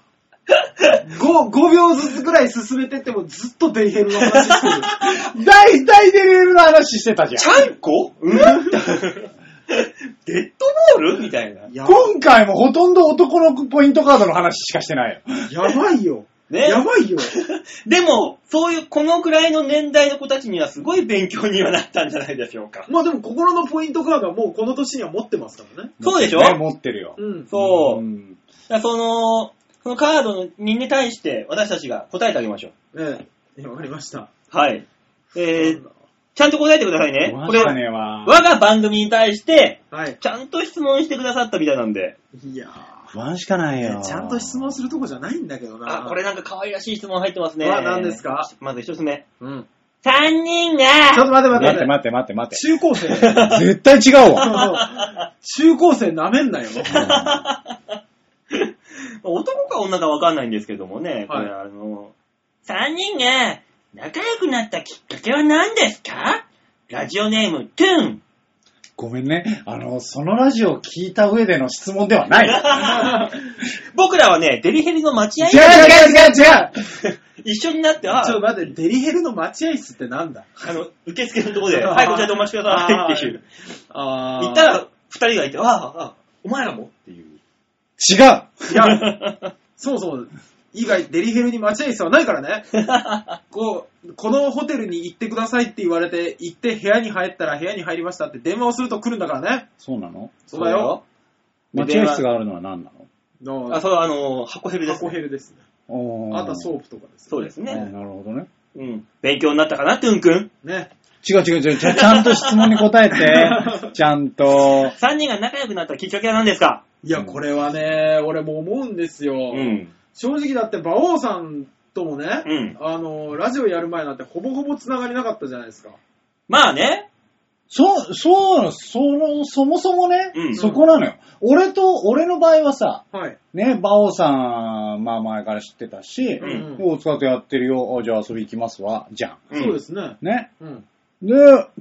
S1: 5, 5秒ずつぐらい進めてってもずっとデイヘルの話してる。
S5: 大体デレールの話してたじ
S2: ち
S5: ゃん。
S2: ゃんこうん <laughs> デッドボールみたいな。
S1: <laughs> やば
S5: 今回もほとんど男のポイントカードの話しかしてないよ。
S1: やばいよ。
S2: ね
S1: やばいよ。
S2: でも、そういう、このくらいの年代の子たちにはすごい勉強にはなったんじゃないでしょうか。
S1: まあでも心のポイントカードはもうこの年には持ってますからね。
S2: そうでしょ
S5: ね持ってるよ。
S1: うん。
S2: そう。
S5: ん
S2: だからその、そのカードにね対して私たちが答えてあげましょう。
S1: ええ。わかりました。
S2: はい。えー、ちゃんと答えてくださいね。こ
S5: わ
S2: れ、
S5: かんねえわ。
S2: 我が番組に対して、
S1: はい。
S2: ちゃんと質問してくださったみたいなんで。
S1: いやー。
S5: 不安しかないよ。
S1: ちゃんと質問するとこじゃないんだけどな。
S2: あ、これなんか可愛らしい質問入ってますね。
S1: わ何ですか
S2: まず一つ目。
S1: うん。
S2: 三人
S1: ちょっ
S2: が、
S1: と待って待
S5: 待
S1: っ
S5: ってて
S1: 待
S5: 待って待って待
S1: って。中高生。
S3: <laughs>
S5: って。絶対違うわ。
S1: 中高生舐めんなよ。
S2: 男か女かわかんないんですけどもね、これ、
S1: は
S2: あの、三人が
S6: 仲良くなったきっかけは何ですかラジオネーム、トゥ
S2: <laughs>
S6: ン。
S3: ごめんね。あの、そのラジオを聞いた上での質問ではない。
S6: 僕らはね、デリヘルの待合
S3: 違う違う違う違う
S6: 一緒になって、あ
S1: ちょっと待って、デリヘルの待合室ってなんだ
S2: あの、受付のとこで、
S1: あー
S2: はい、こちらでお待ちくださいっていう。
S1: あ
S2: 行ったら、二人がいて、あーあー、お前らもっていう。
S3: 違う
S2: <laughs>
S1: いや、そもそも、以外、デリヘルに待合室はないから
S2: <laughs>
S1: ね。こう、このホテルに行ってくださいって言われて、行って部屋に入ったら部屋に入りましたって電話をすると来るんだからね。
S3: そうなの
S1: そうだよ。
S3: 待合室があるのは何なの
S1: の
S2: あ、それはあのー、箱ヘルです、
S1: 箱ヘルですね。
S3: おー
S1: あとはソープとかです。
S2: そうです
S3: あー
S2: ね。
S3: なるほどね。
S2: うん。勉強になったかな、トゥン君。
S1: ね。
S3: 違う違う違う。ちゃちゃんと質問に答
S2: <laughs>
S3: えて。ちゃんと。
S2: 三人が仲良くなったきっかけは何ですか
S1: いや、これはね、俺も思うんですよ。
S2: うん。
S1: 正直だって、馬王さんともね、
S2: うん
S1: あの、ラジオやる前なんてほぼほぼ繋がりなかったじゃないですか。
S2: まあね。
S3: そう、そう、その、そもそもね、
S2: うん
S3: そこなのよ。俺と、俺の場合はさ、
S1: はい。
S3: ね、馬王さん、まあ前から知ってたし、
S2: うん
S3: 大塚とやってるよ、あじゃあ遊び行きますわ、じゃ
S2: うん
S1: そうですね。
S3: ん。ね。
S1: うん。
S3: で、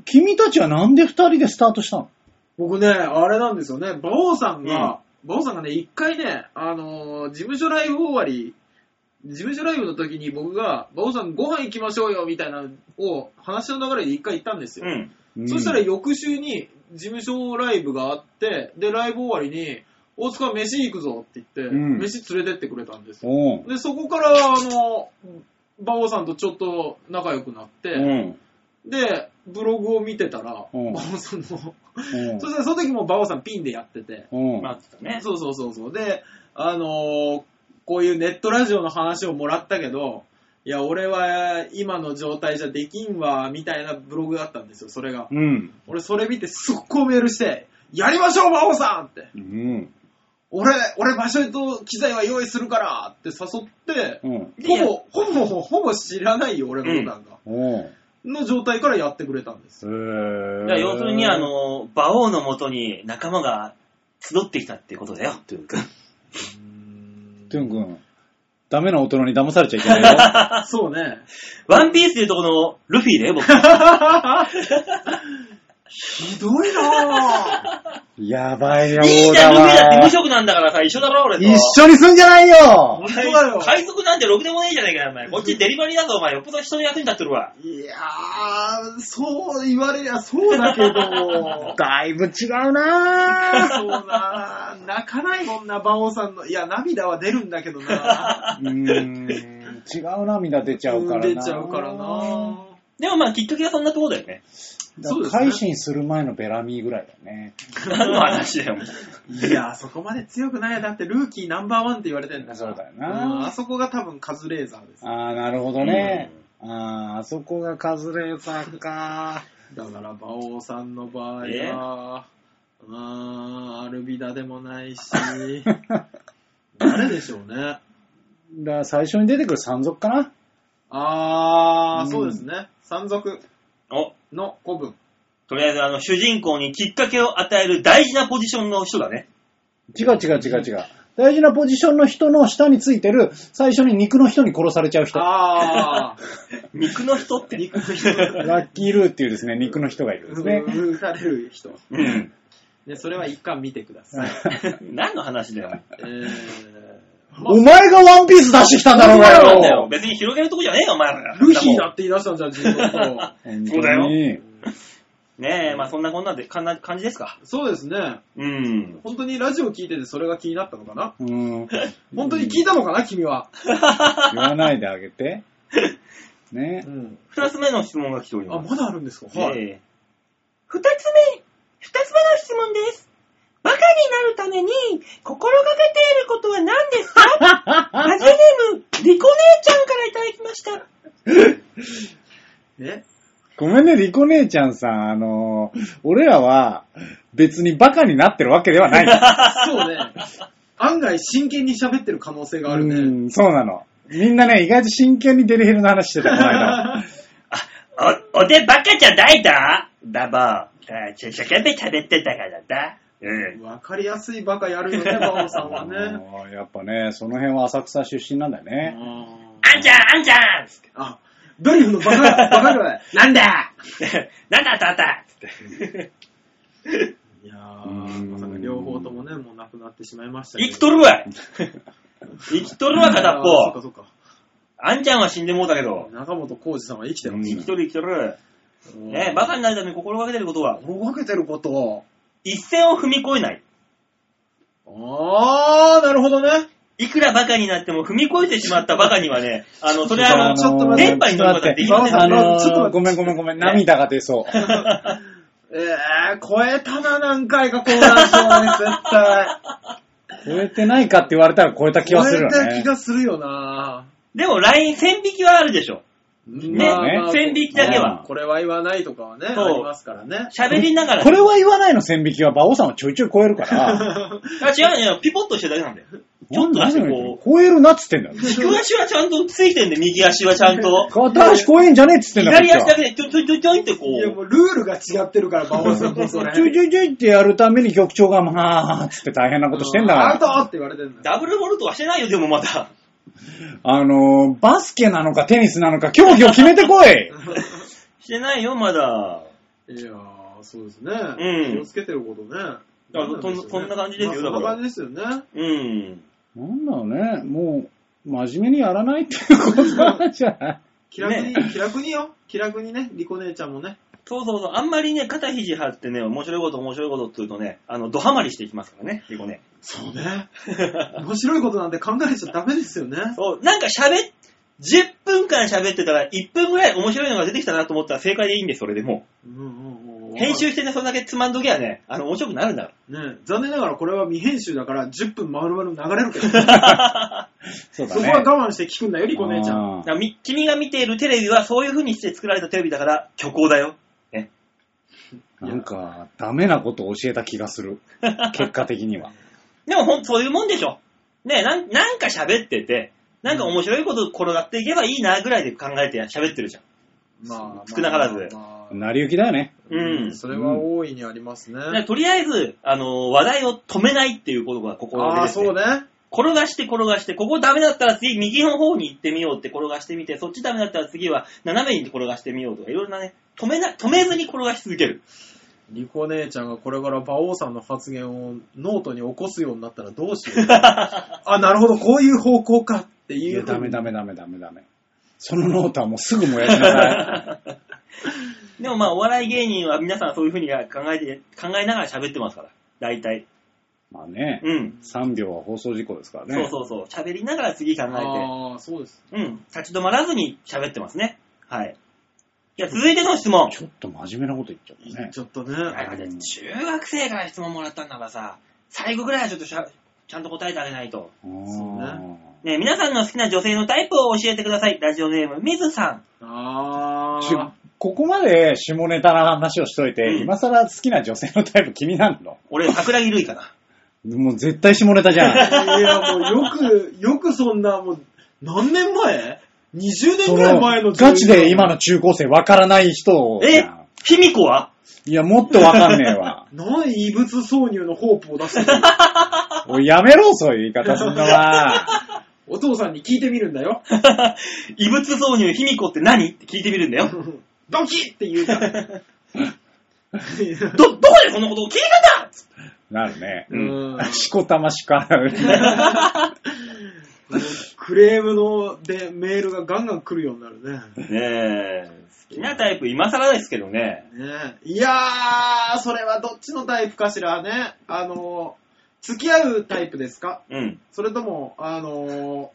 S3: 君たちはなんで二人でスタートしたの
S1: 僕ね、あれなんですよね、馬王さんが、馬王さんがね、一回ね、あのー事務所ライブ終わり、事務所ライブの時に僕が、馬王さんご飯行きましょうよ、みたいなのを、話の流れで一回行ったんです
S2: う
S1: よ。
S2: ん。
S1: そしたら
S3: うん
S1: 翌週に、事務所ライブがあって、で、ライブ終わりに、大塚飯行くぞって言って、
S3: うん
S1: 飯連れてってくれたんですよ。
S3: おう
S1: で、そこから、あの、馬王さんとちょっと仲良くなって、
S3: うん。
S1: で、ブログを見てたら、
S3: うん
S1: 馬王さんの、
S3: うん
S1: そしたらその時も馬王さんピンでやってて、
S3: うん。
S2: まあ、つったね。
S1: そうそうそうそう。で、あのーこういうネットラジオの話をもらったけど、いや、俺は今の状態じゃできんわ、みたいなブログだったんですよ、それが。
S3: うん。
S1: 俺それ見て速攻メールして、やりましょう、馬王さんって。
S3: うん。
S1: 俺、俺場所と機材は用意するからって誘って、
S3: うん。
S1: ほぼ、ほぼ、ほぼ知らないよ、俺のことなんか。
S3: おう
S1: の状態からやってくれたんですよ。
S2: だか
S3: へ
S2: ら
S3: ー
S2: 要するに、あ、のー、馬王のもとに仲間が集ってきたってことだよ、トゥン君。
S3: トゥン君、ダメな大人に騙されちゃいけないよ。
S1: そうね。
S2: ワンピースでいうとこのルフィだよ、僕。
S1: ひどいなぁ。
S3: <laughs> やばいよ、
S2: いいじゃん、ル
S3: オ
S2: フ
S3: ー
S2: ィだ
S3: ダー
S2: って
S3: は
S2: 無職なんだからさ、一緒だろ、俺と。
S3: 一緒にすんじゃないよ。
S1: 本当だよ。
S2: 海賊なんてろくでもねえじゃねえかよ、お前。こっちデリバリーだぞ、お前。よっぽど人の役に立ってるわ。
S1: いやー、そう言われりゃそうだけど
S3: だいぶ違うなぁ。
S1: そうなー泣かないもんな、馬王さんの。いや、涙は出るんだけどな。
S3: うーん、違う涙出ちゃうからな
S1: 出ちゃうからな。
S2: でもまあ、きっかけはそんなとこだよ <laughs> ね。
S3: だから改心する前のベラミーぐらいだね。
S2: 何の話だよ、お前。
S1: いや、そこまで強くない。だって、ルーキーナンバーワンって言われてんだから。
S3: そうだよ
S1: うんあ
S3: な。
S1: そこが多分カズレーザーです。
S3: ああ、なるほどね。ああ、あそこがカズレーザーか。 <laughs>
S1: だから、馬王さんの場合
S2: ええ
S1: は、うーん、アルビダでもない <laughs> し、誰でしょうね。
S3: だから最初に出てくる山賊かな。
S1: あー、
S3: うん
S1: そうですね。山賊
S2: お、
S1: の古文。
S2: とりあえず、あの、主人公にきっかけを与える大事なポジションの人だね。
S3: 違う違う違う違う。大事なポジションの人の下についてる、最初に肉の人に殺されちゃう人。
S1: あー。 <laughs>
S2: 肉の人って。
S1: 肉の人
S3: ラッキールーっていうですね、肉の人がいるんですね。
S1: 打たれる人。
S2: うん。
S1: ね、それは一巻見てください。
S2: <laughs> 何の話だよ、お前。
S1: えー、
S3: <laughs> お前がワンピース出してきたんだろう
S2: そうなん
S3: が
S2: だ
S3: よ
S2: よ。。別に広げるとこじゃねえよ、お前ら。
S1: ルフィだって言い出したんじゃん、自分と。
S2: そうだ
S3: よ。
S2: ねえ、まあそんなこんなで、かんな感じですか。
S1: <laughs> そうですね。
S2: うん。
S1: 本当にラジオ聞いててそれが気になったのかな
S3: うん。
S1: 本当に聞いたのかな、君は。
S3: 言わないであ
S2: <laughs>
S3: げて。ね
S1: <laughs> う。ん。
S2: 二つ目の質問が来ており
S1: あ、
S2: ます。
S1: まだあるんですかはい。
S2: え
S6: 二つ目、二つ目の質問です。バカになるために心がけていることは何ですかラジオネーム、リコ姉ちゃんからいただきました。
S1: え
S3: ごめんね、リコ姉ちゃんさん。あのー、俺らは別にバカになってるわけで
S1: <laughs>
S3: はない。
S1: そうね。案外真剣に喋ってる可能性がある
S3: う
S1: ね。
S3: ん、そうなの。みんなね、意外と真剣にデリヘルの話してた、この間。
S2: ーお、おでバカじゃないだだば、あちょ、一生懸命喋ってたからだ。うん。
S1: わかりやすいバカやるよね、バオさんはね。 <laughs>
S3: あーやっぱね、その辺は浅草出身なんだよね。
S1: あ
S2: あんちゃん、あんちゃん
S1: ーあ、ドリフのバカ、バカぐ
S2: <laughs>
S1: らい。なん <laughs> だ
S2: なんだあったあったつって。
S1: いや
S3: う
S1: ー、
S3: ん
S1: まさか両方ともね、もう亡くなってしまいましたけど
S2: 生きとる
S1: <laughs>
S2: わい生きとるわ、片っ
S1: あー
S2: ぽ。
S1: そっか
S2: あんちゃんは死んでもうたけ
S1: そっ
S2: ど
S1: か。。中本浩二さんは生きてます
S2: 生きとる生きとる。ねバカになるために心がけてることは、
S1: 心がけてることを。
S2: 一線を踏み越えない。
S1: あー、なるほどね。
S2: いくらバカになっても踏み越えてしまったバカにはね、あの、それはあの、
S1: ちょっと待って
S2: 電波に乗ることはできません
S3: あ
S1: 馬場
S3: のー
S1: ちょっと待って
S3: ごめんごめんごめん。涙が出そう。
S1: えー、超えたな、何回か、こうなね、絶対。
S3: 超えてないかって言われたら超えた気はするよ
S1: 超えた気
S3: ね。
S1: がするよな
S2: でも LINE 線引きはあるでしょ。ね
S1: まあまあ
S2: 線引きだけ
S3: う
S2: は
S3: ん。
S1: これは言わないとかはね、あ
S2: そう
S1: りますからね。
S2: 喋りながら。
S3: これは言わないの線引きは、馬王さんはちょいちょい超え
S1: <laughs>
S3: るから。
S2: あ違うね。ピポッとしてるだけなんだよ。ちょっとだけこ
S3: 超えるなっつってんだよ。
S2: う、軸足はちゃんとついてんで、右足はちゃん
S1: <laughs>
S2: と。
S3: 片足超えんじゃねえっつってんだ
S2: 左足だ
S3: け
S2: けでちょいちょいちょいちょいってこ
S1: いや、も
S2: う。
S1: うルールが違ってるから、馬王さん
S2: <laughs>
S1: もそれ。
S3: ちょいちょいちょいってやるために局長が、まあ、つって大変なことしてんだ
S1: あ
S3: か
S1: んた
S3: ら。
S1: って言われてんだよ。
S2: ダブルボルトはしてないよ、でもまだ。
S3: あのー、バスケなのかテニスなのか、競技を決めてこい
S2: してないよ、まだ。
S1: いやー、そうですね。
S2: うん
S1: 気をつけてることね。
S2: ら
S1: なんでしょうね
S2: そんそんな感じですよ
S1: ま
S2: だ
S1: あそん
S2: か
S1: な
S2: ら
S1: 感じですよね。
S2: うん。
S3: なんだろうね、もう、真面目にやらないっていうことなんじゃない
S1: 気楽に、気楽によ。気楽にね、リコ姉ちゃんもね。
S2: そうそうそう。あんまりね、肩肘張ってね、面白いこと面白いことって言うとね、あの、ドハマりしていきますからね、結構ね。
S1: そうね。 <laughs> 面白いことなんて考えちゃダメですよね。
S2: そう、なんか喋っ、10分間喋ってたら、1分ぐらい面白いのが出てきたなと思ったら正解でいいんで、それでも
S1: うんうんうん
S2: う。編集してね、それだけつまんどきゃね、あの、面白くなるんだか
S1: ね残念ながらこれは未編集だから10分丸々流れるけど、
S3: そうだ
S1: そこ
S3: ね。
S1: は我慢して聞くんだよ、リコ姉ちゃん。
S3: あー
S2: らみ君が見ているテレビはそういう風にして作られたテレビだから、虚構だよ。
S3: なんか、ダメなことを教えた気がする。結果的には。
S2: でもほん、そういうもんでしょ。ねなん、なんか喋ってて、なんか面白いこと転がっていけばいいなぐらいで考えて喋ってるじゃん。
S1: まあ、
S2: 少なからず
S1: まあまあ
S3: 成り行きだよね。
S2: うん
S1: それは大いにありますね。
S2: だからとりあえず、あの、話題を止めないっていうことが心が
S1: あ
S2: け
S1: あ、
S2: です、ね。
S1: そうね。
S2: 転がして転がして、ここダメだったら次右の方に行ってみようって転がしてみて、そっちダメだったら次は斜めに転がしてみようとか、いろいろなね、止めな、止めずに転がし続ける。
S1: リコ姉ちゃんがこれから馬王さんの発言をノートに起こすようになったらどうしよう。あ、なるほど、こういう方向かって
S3: い
S1: い
S3: や、
S1: う。
S3: ダメダ。メダメダメダメ。そのノートはもうすぐ燃やしなさい。
S2: でもまあ、お笑い芸人は皆さんそういう風に考えて、考えながら喋ってますから。大体。
S1: <laughs>
S3: まあね、
S2: うん。
S3: 3秒は放送事故ですからね。
S2: そうそうそう。喋りながら次考え
S1: ああ、そうです。
S2: て。うん。立ち止まらずに喋ってますね。はい。いや、続いての質問。
S3: ちょっと真面目なこと言っちゃったね。
S1: ちょっとね。
S2: あだって中学生から質問もらったんだからさ、最後ぐらいはちょっとしゃちゃんと答えてあげないと。
S3: あー
S1: そう
S2: ね、皆さんの好きな女性のタイプを教えてください。ラジオネーム、みずさん。
S1: あ
S3: ち <laughs>
S1: あ。
S3: ここまで下ネタな話をしといて、
S2: うん
S3: 今更好きな女性のタイプ気になるの
S2: 俺、桜木類かな。
S3: もう絶対下ネタじ <laughs> ゃん。
S1: いや、もうよく、よくそんな、もう、何年前 ?20 年
S3: そ
S1: ぐらい前の。
S3: のガチで今の中高生わからない人を。
S2: え卑弥呼はい
S3: や、もっとわかんねえわ <laughs>
S1: 何異物挿入の <laughs> ホープを出してくる
S3: おいやめろ、そういう言い方すんの <laughs> は。
S1: お父さんに聞いてみるんだよ。
S2: 異物挿入卑弥呼って何って聞いてみるんだよ。
S1: <laughs> ドキッって言うから。
S2: <laughs> ど、どこでこんなことを聞いたんだつって
S3: なるね。
S1: うん
S3: しこたまし <laughs> から。
S1: クレームのでメールがガンガン来るようになるね。
S2: ねえ、好きなタイプ、今更ですけどね。
S1: ねえいやー、それはどっちのタイプかしらね。あのー、付き合うタイプですか
S2: うん、
S1: それとも、あの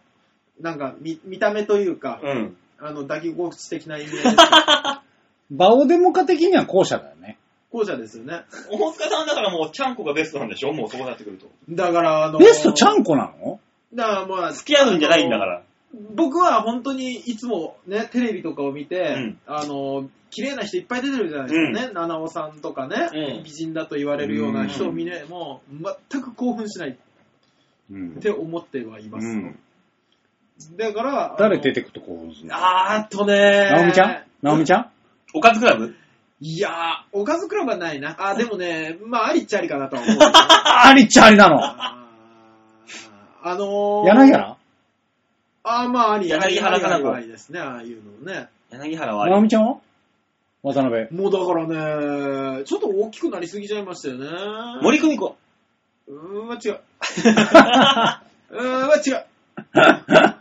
S1: ー、なんか見、見た目というか、
S2: うん。
S1: あの、抱き心地的な意味合
S2: <laughs>
S1: いですか
S3: バオデモカ的には後者だよね。
S1: 後者ですよね。
S2: 大塚さんだからもう、ちゃんこがベストなんでしょもうそうなってくると。
S1: だから、あのー、
S3: ベストちゃんこなの
S1: だからまあ、
S2: 付き合うんじゃないんだから。
S1: 僕は本当にいつもね、テレビとかを見て、
S2: うん
S1: あの、綺麗な人いっぱい出てるじゃないですかね。七尾さんとかね、
S2: うん
S1: 美人だと言われるような人を見ね、もう全く興奮しない
S3: うん
S1: っ。て思ってはいます。
S3: うん
S1: だから、
S3: 誰出
S1: て
S3: てくと興奮するの
S1: あーっとね
S3: ナオミちゃんナオミちゃん
S2: おかずクラブ
S1: いやー、おかずクラブはないな。あー、でもね、まあ、ありっちゃありかなと
S2: <laughs>
S1: は思う。
S3: あありっちゃありなの
S1: あーあのー、
S3: 柳原
S1: あー、まあ、あり、
S2: 柳原
S1: あり
S2: かな子
S1: ありですね、ああいうのもね。
S2: 柳原はあり
S3: 直美ちゃんは渡辺。
S1: もうだからね、ちょっと大きくなりすぎちゃいましたよね。
S2: 森久美子。
S1: うーん、は違う。うーん、は違う。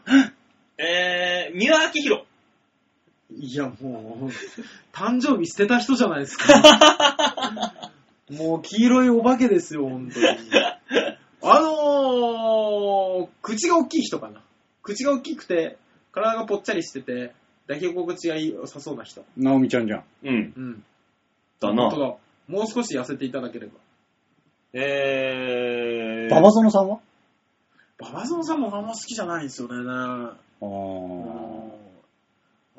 S2: えー、三輪明宏。
S1: いや、もう、誕生日捨てた人じゃないですか。もう、黄色いお化けですよ、本当に。あのー、口が大きい人かな。口が大きくて、体がぽっちゃりしてて、抱き心地が良さそうな人。
S3: 直美ちゃんじゃん。
S2: うん。
S1: うん。
S2: だ
S1: 本当
S2: な。
S1: だ。もう少し痩せていただければ。
S2: えー、
S3: 馬場園さんは
S1: ババゾンさんもあんま好きじゃないんですよね。
S3: あ
S1: うん
S3: ー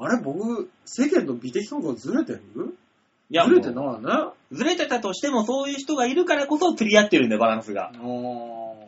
S1: あれ、僕、世間の美的感覚ずれてる
S2: いや、
S1: ずれてないね。あ
S2: ずれてたとしても、そういう人がいるからこそ釣り合ってるんだよ、バランスが。
S1: ー
S2: こ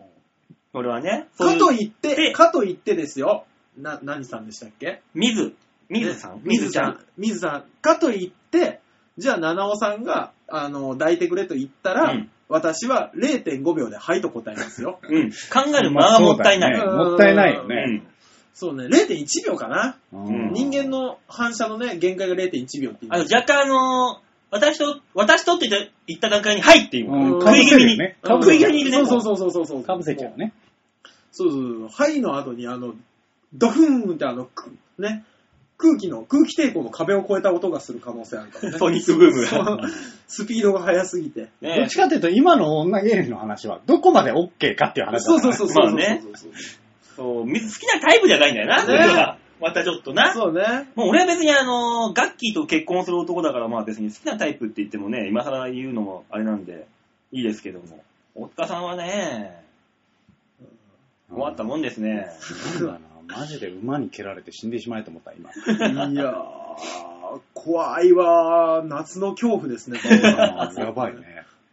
S2: れはね。そうい
S1: か
S2: う
S1: といっ
S2: で
S1: て、かといってですよ。な、何さんでしたっけ
S2: 水。水さん
S1: ね
S2: 水ちゃん。。
S1: 水さん。かといって、じゃあ、七尾さんが、あの、抱いてくれと言ったら、
S2: うん。
S1: 私は0.5秒ではいと答えますよ
S2: <laughs> うん。考える間はもったいない。
S3: まあ
S1: うん
S3: そうだよねもったいないよ
S2: う
S3: ね。
S2: ん。
S1: そうね、0.1秒かな。
S2: うん
S1: 人間の反射のね、限界が0.1秒っていう。
S2: あの、若干あのー私と、私とって言った言った段階に、はいっていう。
S3: うん
S1: うん
S3: かぶせるよね。
S1: うん
S2: 食い気味にね
S1: そうそうそうそうそう。
S3: かぶせちゃうね。
S1: そうそうそう。はいの後に、あの、ドフーンってあの、くね、空気の、空気抵抗の壁を越えた音がする可能性あるからね。
S2: ソニックブーム
S1: そ
S2: が。
S1: うスピードが速すぎて。
S2: ね
S3: どっちかというと、今の女芸人の話は、どこまで OK かっていう話だ
S1: そ
S3: か
S1: う
S3: らね
S1: そうそうそう。
S2: まあね
S1: そうそうそ
S2: そう、水好きなタイプじゃないんだよな、
S1: ね
S2: それが。またちょっとな
S1: う。。そうね。
S2: もう俺は別にあのー、ガッキーと結婚する男だから、まあ別に好きなタイプって言ってもね、今更言うのもあれなんで、いいですけども。大塚さんはね、困ったもんですね。
S3: なんだな、マジで馬に蹴られて死んでしまえと思った、今。
S1: いやー、怖いわー。夏の恐怖ですね、これ
S2: <laughs>
S1: は
S3: やばい。ね。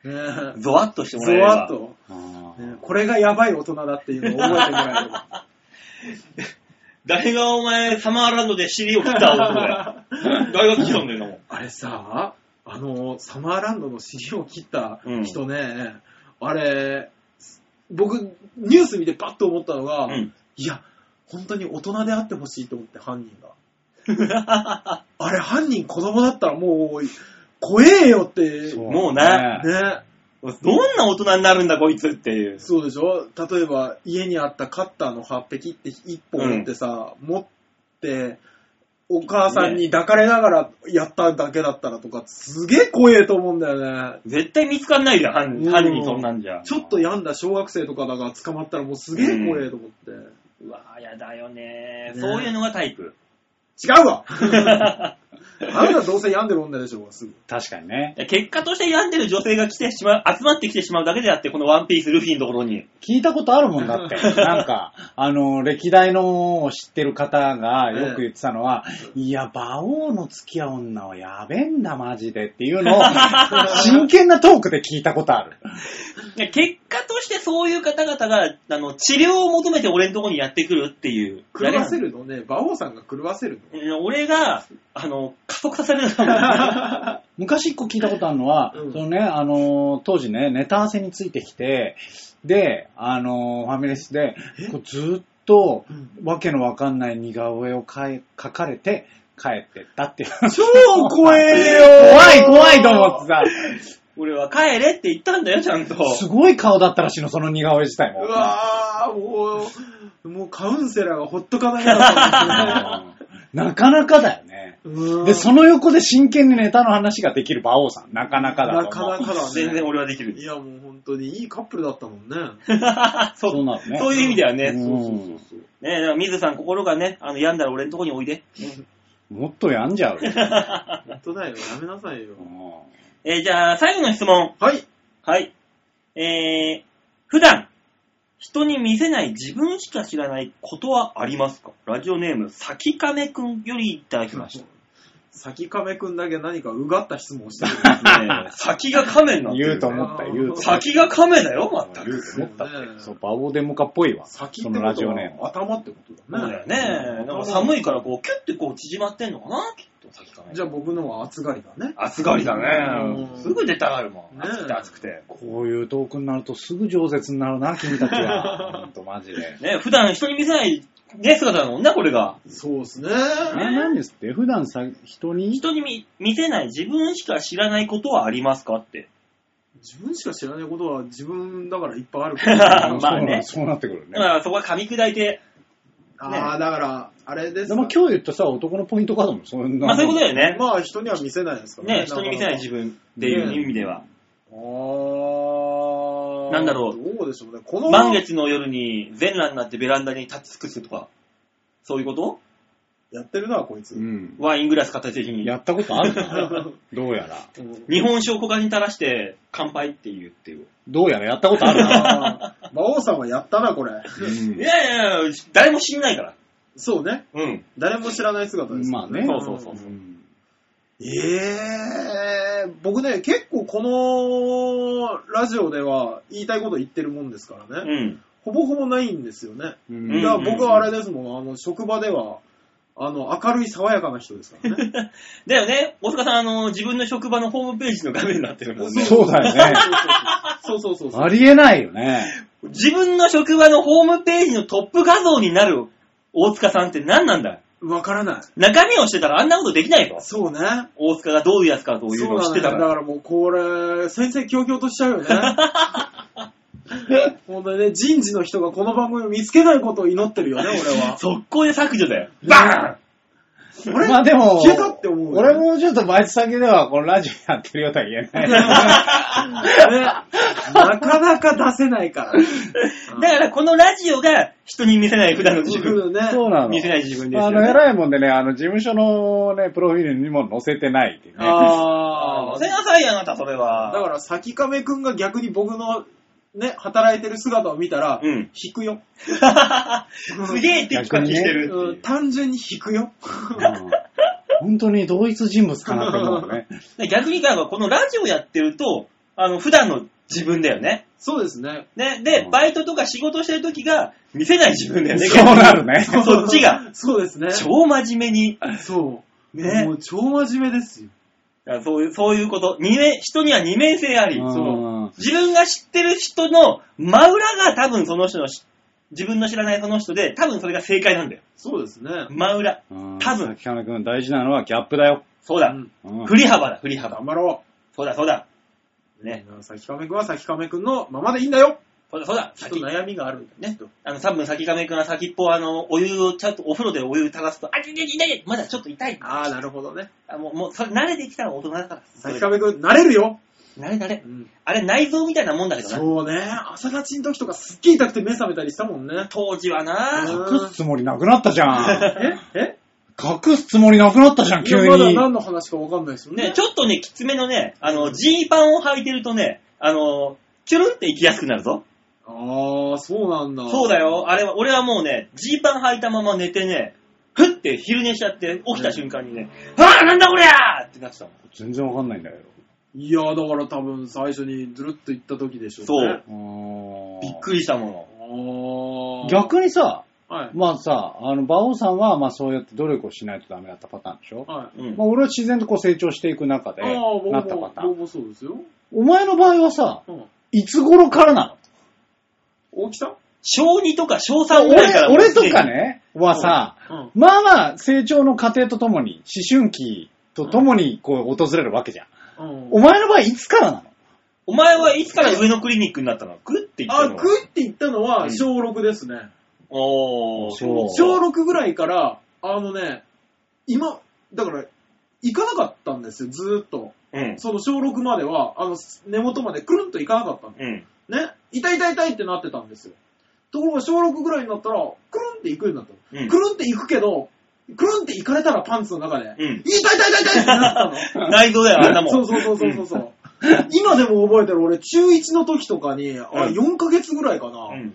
S1: ね
S2: <laughs> ゾワッとしても
S1: ゾ
S2: らえれば。
S1: ワッと、
S3: あー
S1: ねこれがやばい大人だっていうのを覚えてもらえれば。
S2: 誰がお前、サマーランドで尻を切った男だよ。
S1: <laughs>
S2: 誰が切ったんだよな、も
S1: あれさ、あの、サマーランドの尻を切った人ね、あれ、僕、ニュース見てパッと思ったのが、
S2: う。うん。
S1: いや、本当に大人であってほしいと思って、犯人が。
S2: <laughs>
S1: あれ、犯人子供だったらもう、怖えよって、
S3: <laughs> そ
S1: ね。
S2: もうな
S3: ね
S2: どんな大人になるんだ、こいつっていう。
S1: そうでしょ例えば、家にあったカッターの8匹って1本持ってさ、持って、お母さんに抱かれながらやっただけだったらとか、すげえ怖えと思うんだよね。
S2: 絶対見つかんないじゃん、犯
S1: うん
S2: 犯人そんなんじゃ。
S1: ちょっと病んだ小学生とかだが捕まったらもうすげえ怖えと思って。
S2: うわぁ、やだよね
S1: ね
S2: そういうのがタイプ。
S1: 違 <laughs> うわあなたどうせ病んでる女でしょうが、す <laughs> ぐ。
S3: 確かにね。
S2: 結果として病んでる女性が来てしまう、集まってきてしまうだけであって、このワンピースルフィのところに。
S3: 聞いたことあるもんだ
S1: <laughs>
S3: って。なんか、あの、歴代のを知ってる方がよく言ってたのは、いや、馬王の付き合う女はやべえんだ、マジでってい
S1: <laughs>
S3: うのを、真剣なトークで聞いたことある。
S2: で結果としてそういう方々が、あの、治療を求めて俺のところにやってくるっていう。
S1: 狂わせるのね、馬王さんが狂わせる
S2: うん俺が、あの、加速させるのかも
S1: <laughs>
S3: 昔一個聞いたことあるのは、
S1: うん
S3: そのね、あのー当時ね、ネタ合わせについてきて、で、あのーファミレスで、こうずーっと、わけのわかんない似顔絵をかい描かれて、帰ってったっていう。
S1: の。超怖えよ
S3: 怖い怖いと思ってさ、
S2: 俺は帰れって言ったんだよ、ちゃんと。
S3: すごい顔だったらしいの、その似顔絵自体
S1: う
S3: も。
S1: わー、もう、もうカウンセラーがほっとかないなかっ
S3: うんなかなかだよね。
S1: たんですねうん <laughs>
S3: で、その横で真剣にネタの話ができる馬王さん、なかなかだ
S1: な
S3: と思
S1: か
S3: う。
S1: なかだ
S2: <laughs> 全然
S1: ね。
S2: 俺はできる
S1: い。や、もう本当にいいカップルだったもんね。
S2: そ
S3: そうなのね
S2: そういう意味ではね。
S3: うん
S1: そうそうそうそう。
S2: ねだから水さん、心がね、あの、病んだら俺のとこにおいで。
S3: もっとやんじゃうよ。
S1: 本当だよ、やめなさいよ
S3: う。ん
S2: えーじゃあ、最後の質問。
S1: はい。
S2: はい。えー、普段、人に見せない自分しか知らないことはありますかラジオネーム、さきかめくんよりいただきまし
S1: 先亀くんだけ何かうがった質問をしてる。
S2: <laughs> た。ね先が亀なんだ
S3: 言うと思った、言うと思った。
S2: 先が亀だよ、まったく。
S3: 言う <laughs> と思ったっ
S1: ね
S3: て。そう、バオデモカっぽいわ。
S1: 先
S3: そ
S1: って
S3: の
S1: こ
S3: ラジ
S1: と
S3: オネーム。
S1: は頭ってこと
S2: そう
S1: だ
S2: だよ
S1: ね。
S2: ね。なんか寒いからこう、キュッてこう縮まってんのかなきっと先かない。
S1: じゃあ僕のは暑がりだね。
S2: 暑がりだね
S1: う。ん
S2: すぐ出たがるもん。
S1: ねえ
S2: 暑くて暑くて。
S3: こういうトークになるとすぐ饒舌になるな、君たち
S2: <laughs>
S3: は。ほんと、マジで。
S2: ね普段人に見せない、ね、姿だもんな、これが。
S1: そうですね。
S3: ななんですって普段さ、人に
S2: 人に見見せない、自分しか知らないことはありますかって。
S1: 自分しか知らないことは自分だからいっぱいあるか
S2: あ
S1: ら。
S2: まあ <laughs> ね
S3: そうなそうなってくる
S2: だ
S3: ね
S2: か。らそこは噛み砕いて、
S1: ああ、だから、あれです
S3: で
S1: か。
S3: も今日言ったさ、男のポイントカードもそんな。
S2: まあそういうことだよね。
S1: まあ人には見せないですから
S2: ね、人に見せない自分っていう意味では。
S1: ああ。
S2: なんだろう
S1: どうでしょうね。この、
S2: 満月の夜に全裸になってベランダに立ち尽くすとか、そういうこと
S1: やってるな、こいつ。
S3: うん。
S2: ワイングラス片手に。
S3: やったことあるな。どうやら。
S2: 日本酒を股間に垂らして乾杯って言うっていう。
S3: どうやらやったことあるな。
S1: あー馬王さんはやったな、これ。
S2: いやいや、誰も知んないから。
S1: そうね。
S2: うん。
S1: 誰も知らない姿です、
S3: まあね
S2: そうそうそう。
S3: うん
S1: ええ僕ね、結構このラジオでは言いたいこと言ってるもんですから
S2: う
S1: ね。
S2: ん。
S1: ほぼほぼないんですよね。
S3: うん
S2: うん
S1: だから僕はあれですもん、あの、職場では、あの、明るい爽やかな人ですから
S2: <laughs>
S1: ね。
S2: だよね、大塚さん、あの、自分の職場のホームページの画面になってるもんね。
S3: そうだよね。
S1: そうそうそうそう。
S3: ありえないよね。
S2: 自分の職場のホームページのトップ画像になる大塚さんって何なんだ
S1: わからない。
S2: 中身をしてたらあんなことできないぞ。
S1: そうね。
S2: 大塚がどういうやつかというのを知ってた
S1: そ
S2: か
S1: うなんだよだ
S2: ら。
S1: からもうこれ、戦々恐々としちゃう
S2: <laughs>
S1: よね。本当にね、人事の人がこの番組を見つけないことを祈ってるよね、俺は。
S2: 速攻で削除だよ。バ
S1: あれ
S3: まあでも、
S1: 消えたって思うよね
S3: 俺もちょっとバイト先では、このラジオやってるよとは言え
S1: <laughs>
S3: ない。
S1: ねなかなか出せない <laughs> から。
S2: ーンだからこのラジオが人に見せない普段の自分。
S1: 僕ね、
S3: そうなの。
S2: 見せない自分です
S3: あ
S2: よ、
S3: の、
S2: ね。
S3: 偉いもんでね、あの、事務所のね、プロフィールにも載せてないっていうね。
S1: あ
S2: あ
S1: あ
S2: せ、なさいよ、あなた、それは。
S1: だから、先亀くんが逆に僕のね、働いてる姿を見たら、
S2: うん
S1: 引くよ、
S2: すげえテキパキしてる。
S1: うん単純に引くよ。
S3: うん本当に同一人物かなって思うね。
S2: で逆に言えば、このラジオやってると、あの、普段の自分だよね。
S1: そうですね。
S2: ね、で、
S3: うん
S2: バイトとか仕事してる時が、見せない自分だよね。
S3: そうなるね。
S2: 逆に <laughs> そっちが。。
S1: そうです <laughs> ね。
S2: 超真面目に。
S1: そう。
S2: ね
S1: もう超真面目ですよ。
S2: だからそういう、そういうこと。二面、人には二面性あり。
S3: うん
S2: そう自分が知ってる人の真裏が多分その人のし、自分の知らないその人で、多分それが正解なんだよ。
S1: そうですね。
S2: 真裏。
S3: うん
S2: 多分
S3: さっきか君、大事なのはギャップだよ。
S2: そうだ
S1: う。ん
S3: うん
S2: 振り幅だ、振り幅。
S1: 頑張ろ
S2: そうだ、そうだ。
S1: う。
S2: ね。
S1: 先亀くんは先亀くんのままでいいんだよ。
S2: そうだ、そうだ。
S1: きっと悩みがあるんだよね。きっと
S2: あの、多分先亀くんは先っぽ、あの、お湯を、ちゃんとお風呂でお湯垂らすと、あ、痛い痛い痛い痛いまだちょっと痛い。
S1: ああ、なるほどね。
S2: あもう、もう、それ慣れてきたら大人だから。それ
S1: 先亀くん、慣れるよ。
S2: 慣れ慣れ
S1: う。ん
S2: あれ内臓みたいなもんだけどな。
S1: そうね。朝立ちの時とかすっげえ痛くて目覚めたりしたも
S2: <laughs>
S1: んね。
S2: 当時はな
S3: 隠すつもりなくなったじゃん。
S1: ええ
S3: 隠すつもりなくなったじゃん、
S1: いや
S3: 急
S1: まだ
S3: に。
S1: 何の話かわかんないですよね。
S2: ね、ちょっとね、きつめのね、あの、ジーパンを履いてるとね、あの、チュルンって行きやすくなるぞ。
S1: ああ、そうなんだ。
S2: そうだよ。あれは、俺はもうね、ジーパン履いたまま寝てね、ふって昼寝しちゃって、起きた瞬間にね、ああなんだこりゃーってなってたもん。
S3: 全然わかんないんだけど。
S1: いや、だから多分最初にずるっと行った時でしょね。
S3: うん
S2: びっくりしたもの。
S1: ああ。
S3: 逆にさ、
S1: はい。
S3: まあさ、あの、馬王さんは、まあそうやって努力をしないとダメだったパターンでしょ、
S1: は
S2: うん
S3: まあ俺は自然とこう成長していく中で、
S1: い。ああ、僕
S3: なったパ
S1: も、
S3: ター
S1: 僕
S3: ン。
S1: もそうですよ。
S3: お前の場合はさ、
S1: うん。
S3: いつ頃からなの
S1: 大きさ
S2: 小2とか小3ぐらいから
S3: 俺、
S2: もう
S3: 俺
S2: すで
S3: と
S2: に
S3: か。ね、はさ、
S1: うん。
S3: まあまあ成長の過程とともに、思春期とともにこう訪れるわけじゃん。
S1: うん
S3: お前の場合いつからなの
S2: お前はいつから上のクリニックになったのグって言った
S1: あー、
S2: の
S1: 食いって言った
S2: う
S1: のは
S2: ん
S1: 小6ですね。
S2: おー、
S3: そう
S1: 小6ぐらいから、あのね、今、だから、行かなかったんですよ、ずーっと。
S2: うん。
S1: その小6までは、あの、根元までくるんと行かなかったの。
S2: うん。
S1: ね。痛い痛い痛いってなってたんですよ。ところが小6ぐらいになったら、くるんって行くようになったの。
S2: うん
S1: くるんって行くけど、くるんって行かれたらパンツの中で、
S2: うん
S1: 痛い痛い痛い痛いってなってたの。
S2: 内臓だ <laughs> よ、あんなもん。
S1: そうそうそうそうそう。う今でも覚えてる、俺、中1の時とかに、あ
S2: うん
S1: 4ヶ月ぐらいかな。
S2: うん。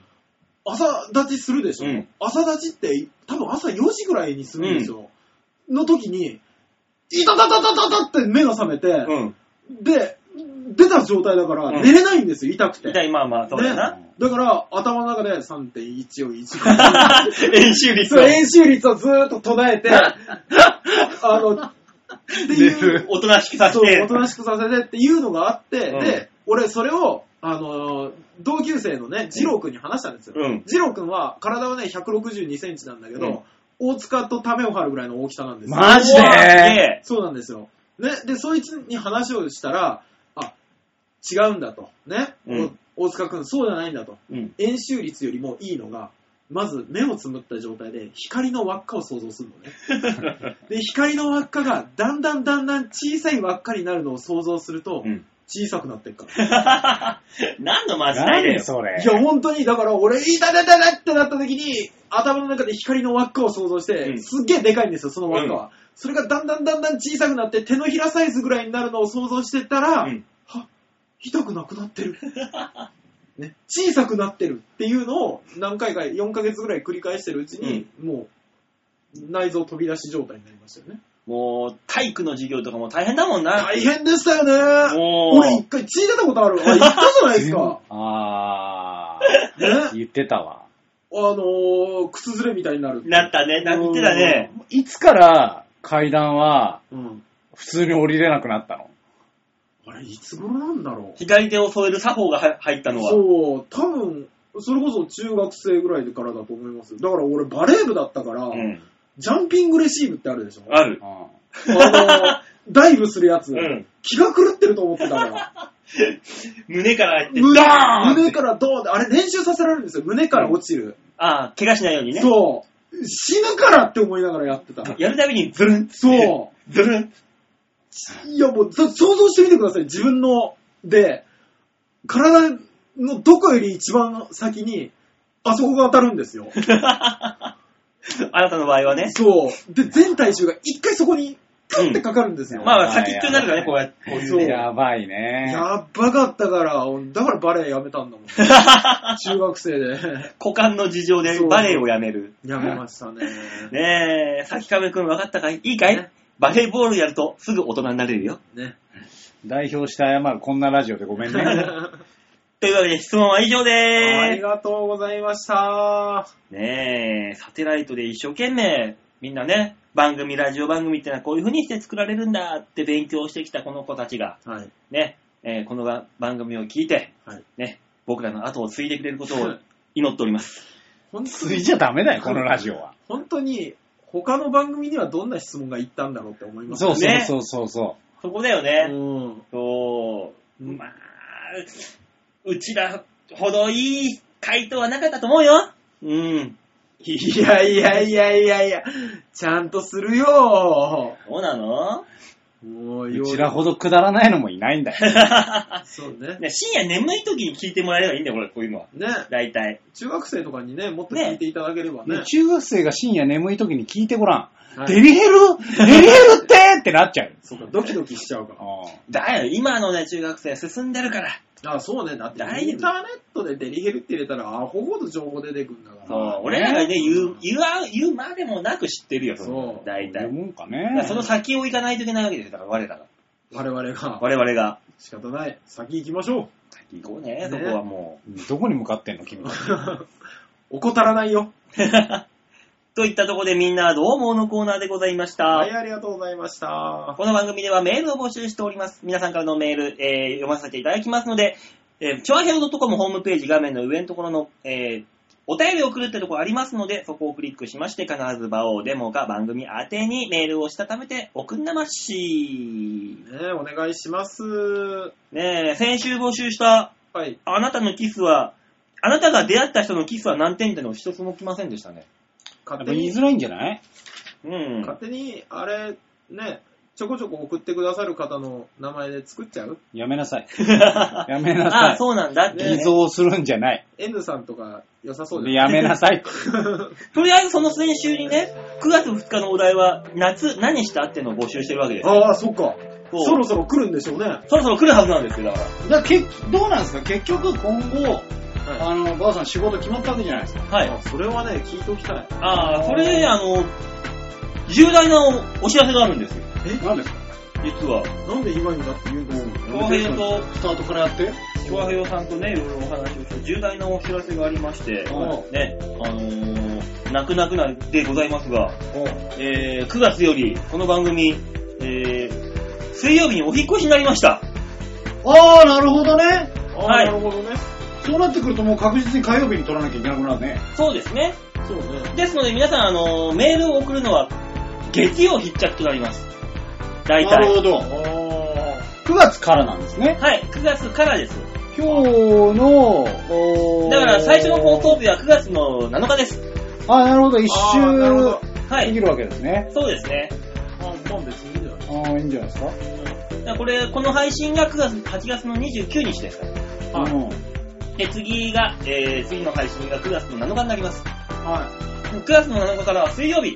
S1: 朝立ちするでしょ、
S2: うん
S1: 朝立ちって多分朝4時ぐらいにするんですよ、の時にいたたたたたたって目が覚めて、
S2: うん。
S1: で出た状態だから
S2: うん
S1: 寝れないんですよ痛くて、
S2: 痛い、まあまあ、そうだ <laughs> な。
S1: ねだから頭の中で3.1を
S2: <laughs>
S1: 1
S2: 練習率を
S1: そ
S2: <laughs>
S1: う。演習率をずーっと唱えてあのっていう、
S2: おとなしくさせ
S1: そう、
S2: て
S1: お、となしくさせてっていうのがあって、
S2: うん
S1: で、俺それを、あのー同級生のね、二郎くんに話したんですよ。
S2: うん
S1: 二郎くんは、体はね、162センチなんだけど、
S2: うん
S1: 大塚とためを張るぐらいの大きさなんですよ。
S3: マジで
S2: うわね
S1: そうなんですよ。ね、で、そいつに話をしたら、あ、違うんだと。ね、
S2: うん
S1: お大塚くん、そうじゃないんだと。
S2: えうん
S1: 円周率よりもいいのが、まず目をつむった状態で光の輪っかを想像するのね。
S2: <laughs>
S1: で、光の輪っかがだんだんだんだん小さい輪っかになるのを想像すると
S2: う、ん
S1: 小さくなっていくから。
S2: 何のマジないだ
S3: 何
S2: よ。
S3: それ
S1: いや、本当に、だから俺、いただだだってなった時に、頭の中で光の輪っかを想像して、
S2: うん
S1: すっげえでかいんですよ、その輪っかは。それがだんだんだんだん小さくなって、手のひらサイズぐらいになるのを想像してたら、
S2: うん
S1: は痛くなくなってる。ね、小さくなってるっていうのを何回か4ヶ月ぐらい繰り返してるうちに、もう内臓飛び出し状態になりましたよね。
S2: もう、体育の授業とかも大変だもんな。
S1: 大変でしたよね。
S2: もう、
S1: 俺一回血出たことある。あ言ったじゃないです
S2: <laughs>
S1: か。
S3: あ
S1: ね
S3: ー、言ってたわ。
S1: あのー、靴ずれみたいになるって。
S2: なったね、なってたね。
S3: いつから階段は
S1: うん。
S3: 普通に降りれなくなったの
S1: あれ、いつ頃なんだろう。
S2: 左手を添える作法がは入ったのは。
S1: そう、多分、それこそ中学生ぐらいからだと思います。だから俺バレー部だったから、
S2: うん。
S1: ジャンピングレシーブってあるでしょ
S2: ある。
S3: う
S1: あの、ダイブするやつ、
S2: うん
S1: 気が狂ってると思ってたから。
S2: 胸から入って、
S1: 胸
S2: ダーン
S1: 胸からドーンって、あれ練習させられるんですよ。胸から落ちる。
S2: ああ、怪我しないようにね。
S1: そう。死ぬからって思いながらや
S2: <laughs>
S1: ってた。
S2: やるたびにズルン
S1: そう。
S2: ズルン
S1: いやもう、そ想像してみてください、自分の。で、体のどこより一番先に、あそこが当たるんですよ。
S2: あなたの場合はね。
S1: そう。で、全体重が一回そこに、カンってかかるんですよ。
S2: まあ、先っちょになるからね、こうやって。こういう
S1: そ
S3: ん。
S1: う
S2: ね。
S3: やばいね。
S1: やっばかったから、だからバレエやめたんだもん。中学生で。
S2: 股間の事情でバレーをやめる。
S1: やめましたね。
S2: ねえ、先亀くん分かったかいいいかい
S1: ね
S2: バレーボールやるとすぐ大人になれるよ。
S1: ね。
S3: 代表して謝る、こんなラジオでごめ
S1: <laughs>
S3: んね。
S2: というわけで質問は以上
S1: あ
S2: で
S1: り
S2: ー
S1: がとうございました。
S2: す。ねえ、サテライトで一生懸命、みんなね、番組、ラジオ番組ってのはこういう風にして作られるんだって勉強してきたこの子たちが、
S1: はい。
S2: ね、えーこの番番組を聞いて、
S1: はい。
S2: ね、僕らの後を継いでくれることを祈っております。
S1: 本当
S3: つい
S1: に、
S3: じゃダメだよ、このラジオは。
S1: 本当に、他の番組にはどんな質問がいったんだろうって思います
S3: そう
S1: ね。
S3: そうそうそうそ
S2: そこだよね。
S1: うん。
S2: そう、
S1: うん
S2: まあ、うちらほどいい回答はなかったと思うよ。うん。
S1: いやいやいやいやいや、ちゃんとするよ。
S2: そうなの <laughs>
S1: もう
S3: う。
S1: よ
S3: うちらほどくだらないのもいないんだよ。
S1: そうね。
S2: ね深夜眠い時に聞いてもらえればいいんだよ、これ、こういうのは。
S1: ね、
S2: 大体。
S1: 中学生とかにね、もっと聞いていただければね。
S3: ね中学生が深夜眠い時に聞いてごらん。
S1: はい
S3: デリヘルデリヘルってってなっちゃうよ。
S1: そうか、ドキドキしちゃうから。
S2: だよ、今のね、中学生は進んでるから。
S1: あ、そうね。だって、
S2: 大
S1: イ
S2: 丈夫
S1: ンターネットでデリヘルって入れたら、アホほど情報出てくるんだから。
S2: そう、俺らがね、言う、言わ、言うまでもなく知ってるよ、
S1: そう
S2: 大
S3: そうい
S2: 体。
S3: う
S2: だ
S3: もんか
S2: から
S3: ね。
S2: その先を行かないといけないわけですよ、だから我らが。
S1: 我々が、
S2: 我々が。
S1: 仕方ない。先行きましょ
S2: 先行こうね、
S1: ね
S2: そこはも
S3: どこに向かってんの、君は。
S1: う。 <laughs> 怠らないよ。
S2: う。といったところでみんなどうものコーナーでございました。
S1: はい、ありがとうございました。
S2: この番組ではメールを募集しております。皆さんからのメール、えー読ませていただきますので、えー、チョアヘオ .com ホームページ画面の上のところの、えーお便りを送るってところありますので、そこをクリックしまして、必ず場をデモか番組宛てにメールをしたためて送んなまし。
S1: ねお願いします。は
S2: ねえ、先週募集した
S1: い。
S2: あなたのキスは、あなたが出会った人のキスは何点ってのを一つも来ませんでしたね。
S3: や
S1: 勝
S3: っ
S1: 手
S3: ぱ言
S1: に
S3: いづらいんじゃない
S2: うん。
S1: 勝手に、あれ、ね、ちょこちょこ送ってくださる方の名前で作っちゃう
S3: やめなさい。
S2: や
S3: やめなさ
S2: <laughs>
S3: い
S2: あ、そうなんだって、
S3: 偽
S2: ね。
S3: 造するんじゃない。
S1: ?N さんとか良さそうじゃ
S3: やめなさい。
S2: とりあえずその先週にね、9月2日のお題は、夏何したってのを募集してるわけですよ。
S1: ああ、そっか。
S2: そう
S1: そろそろ来るんでしょうね。は
S2: そろそろ来るはずなんですよ、だから。
S3: だけどうなんですか結局今後、
S1: い
S3: あの、ばあさん仕事決まったわけじゃないですか。
S2: はい。
S1: あそれはね、聞いておきたい。
S2: ああ、それで、あの、重大なおお知らせがあるんですよ。
S3: 何ですか
S2: 実は、
S1: なんで今になって言うの
S2: 恭平と、
S3: スタートからやって。
S2: 恭平さんとね、いろいろお話をして、重大なお知らせがありまして、
S3: は
S2: ね、あのー、泣く泣くなんでございますが、えー、9月より、この番組、えー、水曜日にお引っ越しになりました。
S3: ああ、なるほどね。
S1: あ
S2: はい
S1: なるほどね。
S3: そうなってくるともう確実に火曜日に取らなきゃいけなくなるね。
S2: そうですね。
S1: そうね。
S2: ですので皆さん、あの、メールを送るのは月曜必着となります。大
S3: なる
S2: 体。
S3: ほど。9月からなんですね。
S2: はい、9月からです。
S3: 今日の、おー
S2: だから最初の放送日は9月の7日です。
S3: あ、なるほど。一
S1: あーなるほど
S3: 周
S2: は
S3: でき
S2: い。
S3: るわけですね。
S2: そうですね。
S1: あ、まあ別にいいんじゃない
S3: ああ、いいんじゃないですか。
S2: だからこれ、この配信が9月、8月の29日ですから。
S1: はい
S3: うん
S2: で、次が、えー、次の配信が9月の7日になります。
S1: は
S2: 9月の7日からは水曜日、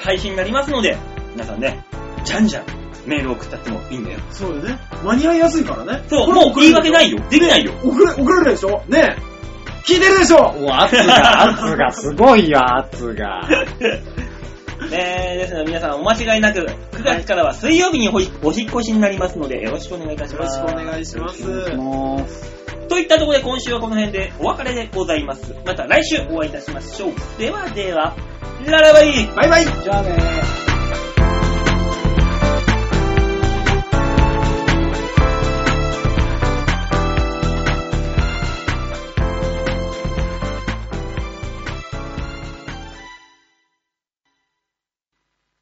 S2: 配信になりますので、皆さんね、じゃんじゃんメール送ったってもいいんだよ。
S1: い。そうだよね。間に合いやすいからね。
S2: そう、
S1: これ。
S2: もう言い訳ないいよ。できないよ。
S1: 送れ、送れるでしょねえ。聞いてるでしょ
S3: お、圧が、圧が、すごいよ、
S1: <laughs>
S3: 圧が。
S2: ね <laughs> え、ですので皆さんお間違いなく、9月からは水曜日にお引お引っ越しになりますので、よろしくお願いいたし
S1: よ
S2: ま
S1: ろし
S2: す。
S1: くお願いします。
S3: もう、
S2: といったところで今週はこの辺でお別れでございます。また来週お会いいたしましょう。ではでは、ララバイ
S1: バイバイ
S3: じゃあねー。